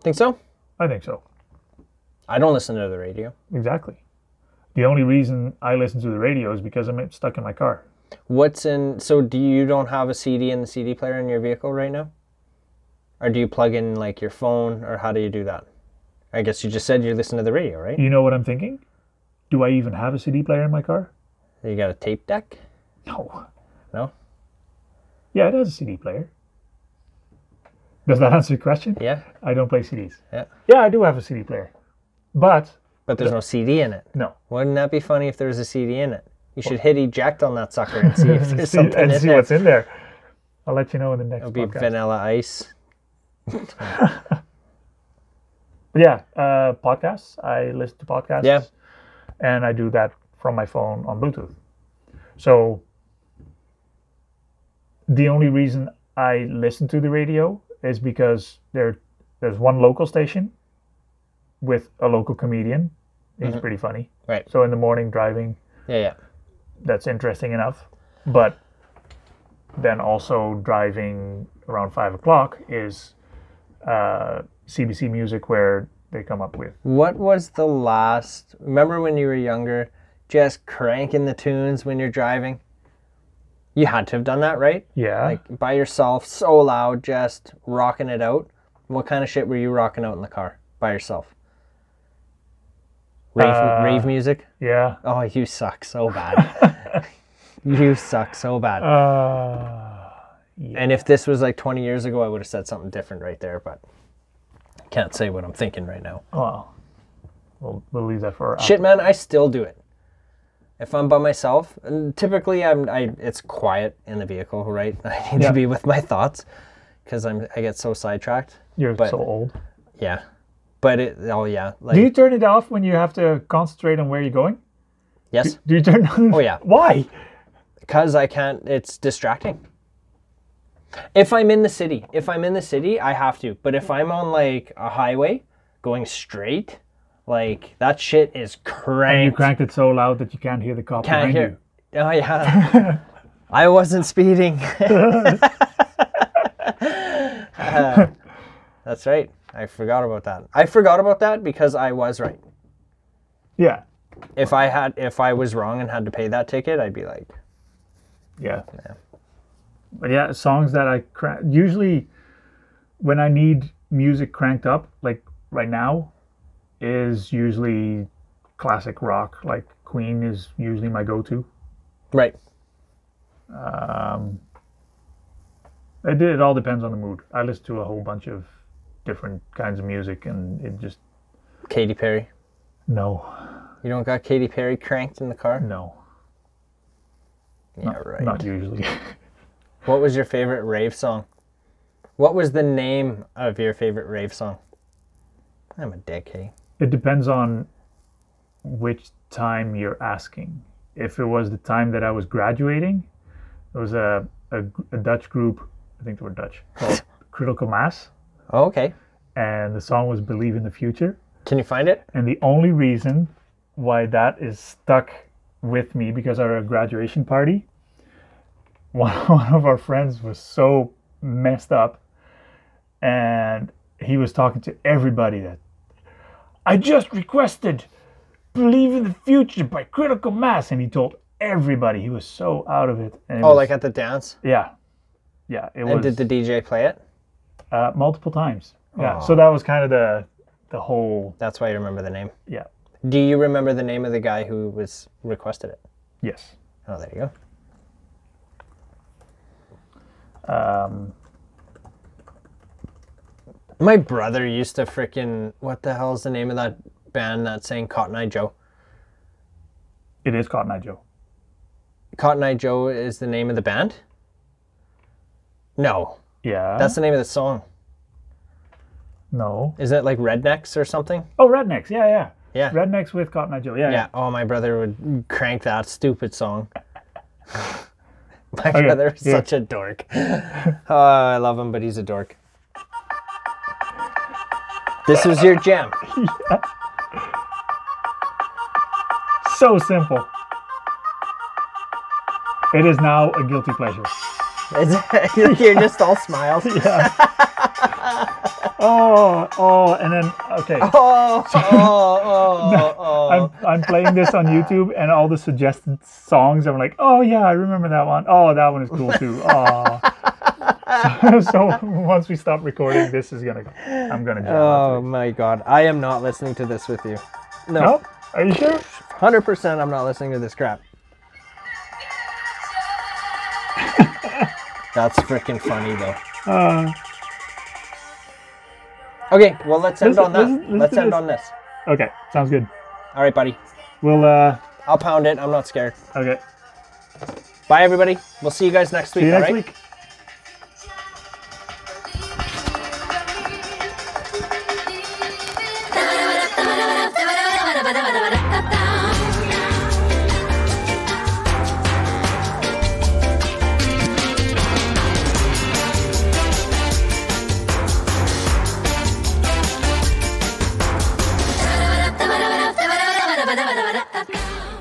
A: Think so?
B: I think so.
A: I don't listen to the radio.
B: Exactly. The only reason I listen to the radio is because I'm stuck in my car.
A: What's in? So do you don't have a CD in the CD player in your vehicle right now, or do you plug in like your phone, or how do you do that? I guess you just said you listen to the radio, right?
B: You know what I'm thinking? Do I even have a CD player in my car?
A: You got a tape deck?
B: No.
A: No.
B: Yeah, it has a CD player. Does that answer your question?
A: Yeah,
B: I don't play CDs.
A: Yeah.
B: Yeah, I do have a CD player.
A: [laughs]
B: But
A: but there's no CD in it.
B: no.
A: Wouldn't that be funny if there was a CD in it? You should hit eject on that sucker and see
B: [laughs]
A: if there's
B: See-
A: something
B: and
A: in
B: see
A: there.
B: what's in there. I'll let you know in the next
A: It'll be
B: podcast.
A: Vanilla Ice.
B: yeah, uh, podcasts. I listen to podcasts.
A: Yeah.
B: And I do that from my phone on Bluetooth. So the only reason I listen to the radio is because there there's one local station with a local comedian. He's pretty funny.
A: Mm-hmm. Right.
B: So in the morning driving,
A: Yeah, yeah.
B: that's interesting enough. But then also driving around five o'clock is uh, CBC Music, where they come up with.
A: What was the last? Remember when you were younger, just cranking the tunes when you're driving? You had to have done that, right?
B: Yeah.
A: Like by yourself, so loud, just rocking it out. What kind of shit were you rocking out in the car by yourself? Rave,
B: Uh,
A: rave music?
B: yeah.
A: Oh, you suck so bad.
B: [laughs]
A: you suck so bad.
B: Uh,
A: And if this was like 20 years ago, I would have said something different right there, but I can't say what I'm thinking right now.
B: well, we'll, we'll leave that for. uh,
A: Shit, man, I still do it. If I'm by myself, and typically I'm I it's quiet in the vehicle, right? [laughs] I need
B: Yeah.
A: to be with my thoughts because I'm I get so sidetracked.
B: You're
A: but-
B: so old.
A: Yeah. But it oh yeah, like
B: Do you turn it off when you have to concentrate on where you're going?
A: yes,
B: Do you turn on?
A: Oh, yeah.
B: [laughs] Why?
A: because I can't it's distracting. If I'm in the city, if I'm in the city, I have to. But if I'm on like a highway going straight, like that shit is
B: You
A: cranked.
B: cranked it so loud that you can't hear the cop
A: Can't
B: behind
A: hear. Oh yeah.
B: [laughs]
A: I wasn't speeding. [laughs] Uh, that's right. I forgot about that. I forgot about that because I was right.
B: you. Yeah.
A: If I had, if I was wrong and had to pay that ticket, I'd be like,
B: Yeah. But yeah, songs that I crank usually when I need music cranked up, like right now, is usually classic rock. Like Queen is usually my go-to.
A: right.
B: It, it all depends on the mood. I listen to a whole bunch of different kinds of music, and it just
A: Katy Perry.
B: no,
A: You don't got Katy Perry cranked in the car?
B: no,
A: Yeah, right.
B: Mm, not usually. [laughs]
A: What was your favorite rave song? What was the name of your favorite rave song? I'm a dick, hey.
B: It depends on which time you're asking. If it was the time that I was graduating, it was a, a, gr- a Dutch group, I think they were Dutch, called Critical Mass.
A: Oh, okay.
B: And the song was Believe in the Future.
A: Can you find it?
B: And the only reason why that is stuck with me because our graduation party, [laughs] one, one of our friends was so messed up and he was talking to everybody that I just requested Believe in the Future by Critical Mass. And he told everybody he was so out of it. And it
A: Oh,
B: was-
A: like at the dance?
B: yeah. Yeah. It
A: And
B: was
A: did the DJ play it?
B: uh, multiple times. Yeah. So that was kind of the, the whole,
A: That's why you remember the name.
B: yeah.
A: Do you remember the name of the guy who was requested it?
B: Yes.
A: Oh, there you go.
B: Um,
A: My brother used to freaking what the hell is the name of that band that sang Cotton Eye Joe?
B: It is Cotton Eye Joe.
A: Cotton Eye Joe is the name of the band? No,
B: Yeah.
A: that's the name of the song.
B: no.
A: Isn't it like Rednecks or something?
B: Oh, Rednecks. Yeah, yeah.
A: Yeah.
B: Rednecks with Cotton Eye Joe. Yeah,
A: Yeah.
B: yeah.
A: Oh, my brother would crank that stupid song. [laughs] my
B: Okay,
A: brother is [laughs]
B: yeah.
A: such a dork. oh, I love him, but he's a dork. This was your gem.
B: So simple. It is now a guilty pleasure.
A: It's- [laughs] You're just all
B: [laughs]
A: smiles.
B: Oh, oh, and then okay.
A: Oh, oh,
B: [laughs]
A: oh, oh.
B: I'm, I'm playing this on YouTube and all the suggested songs. I'm like, oh yeah, I remember that one. Oh, that one is cool
A: [laughs]
B: too. Oh. so, [laughs] so once we stop recording, this is gonna. I'm gonna. jam out to
A: Oh
B: it.
A: my god, I am not listening to this with you. No,
B: No, are you sure?
A: 100% I'm not listening to this
B: [laughs]
A: crap. That's freaking funny though.
B: Uh,
A: Okay, well let's end
B: Listen-
A: on that.
B: listen- listen
A: let's
B: to
A: end
B: this.
A: on this.
B: okay, sounds good.
A: All right, buddy.
B: We'll. Uh,
A: I'll pound it. I'm not scared.
B: okay.
A: Bye everybody. We'll see you guys next week,
B: See you
A: all
B: next
A: right?
B: week.
F: Ba-da-ba-da-ba-da-ba-da-ba-da-ba-da.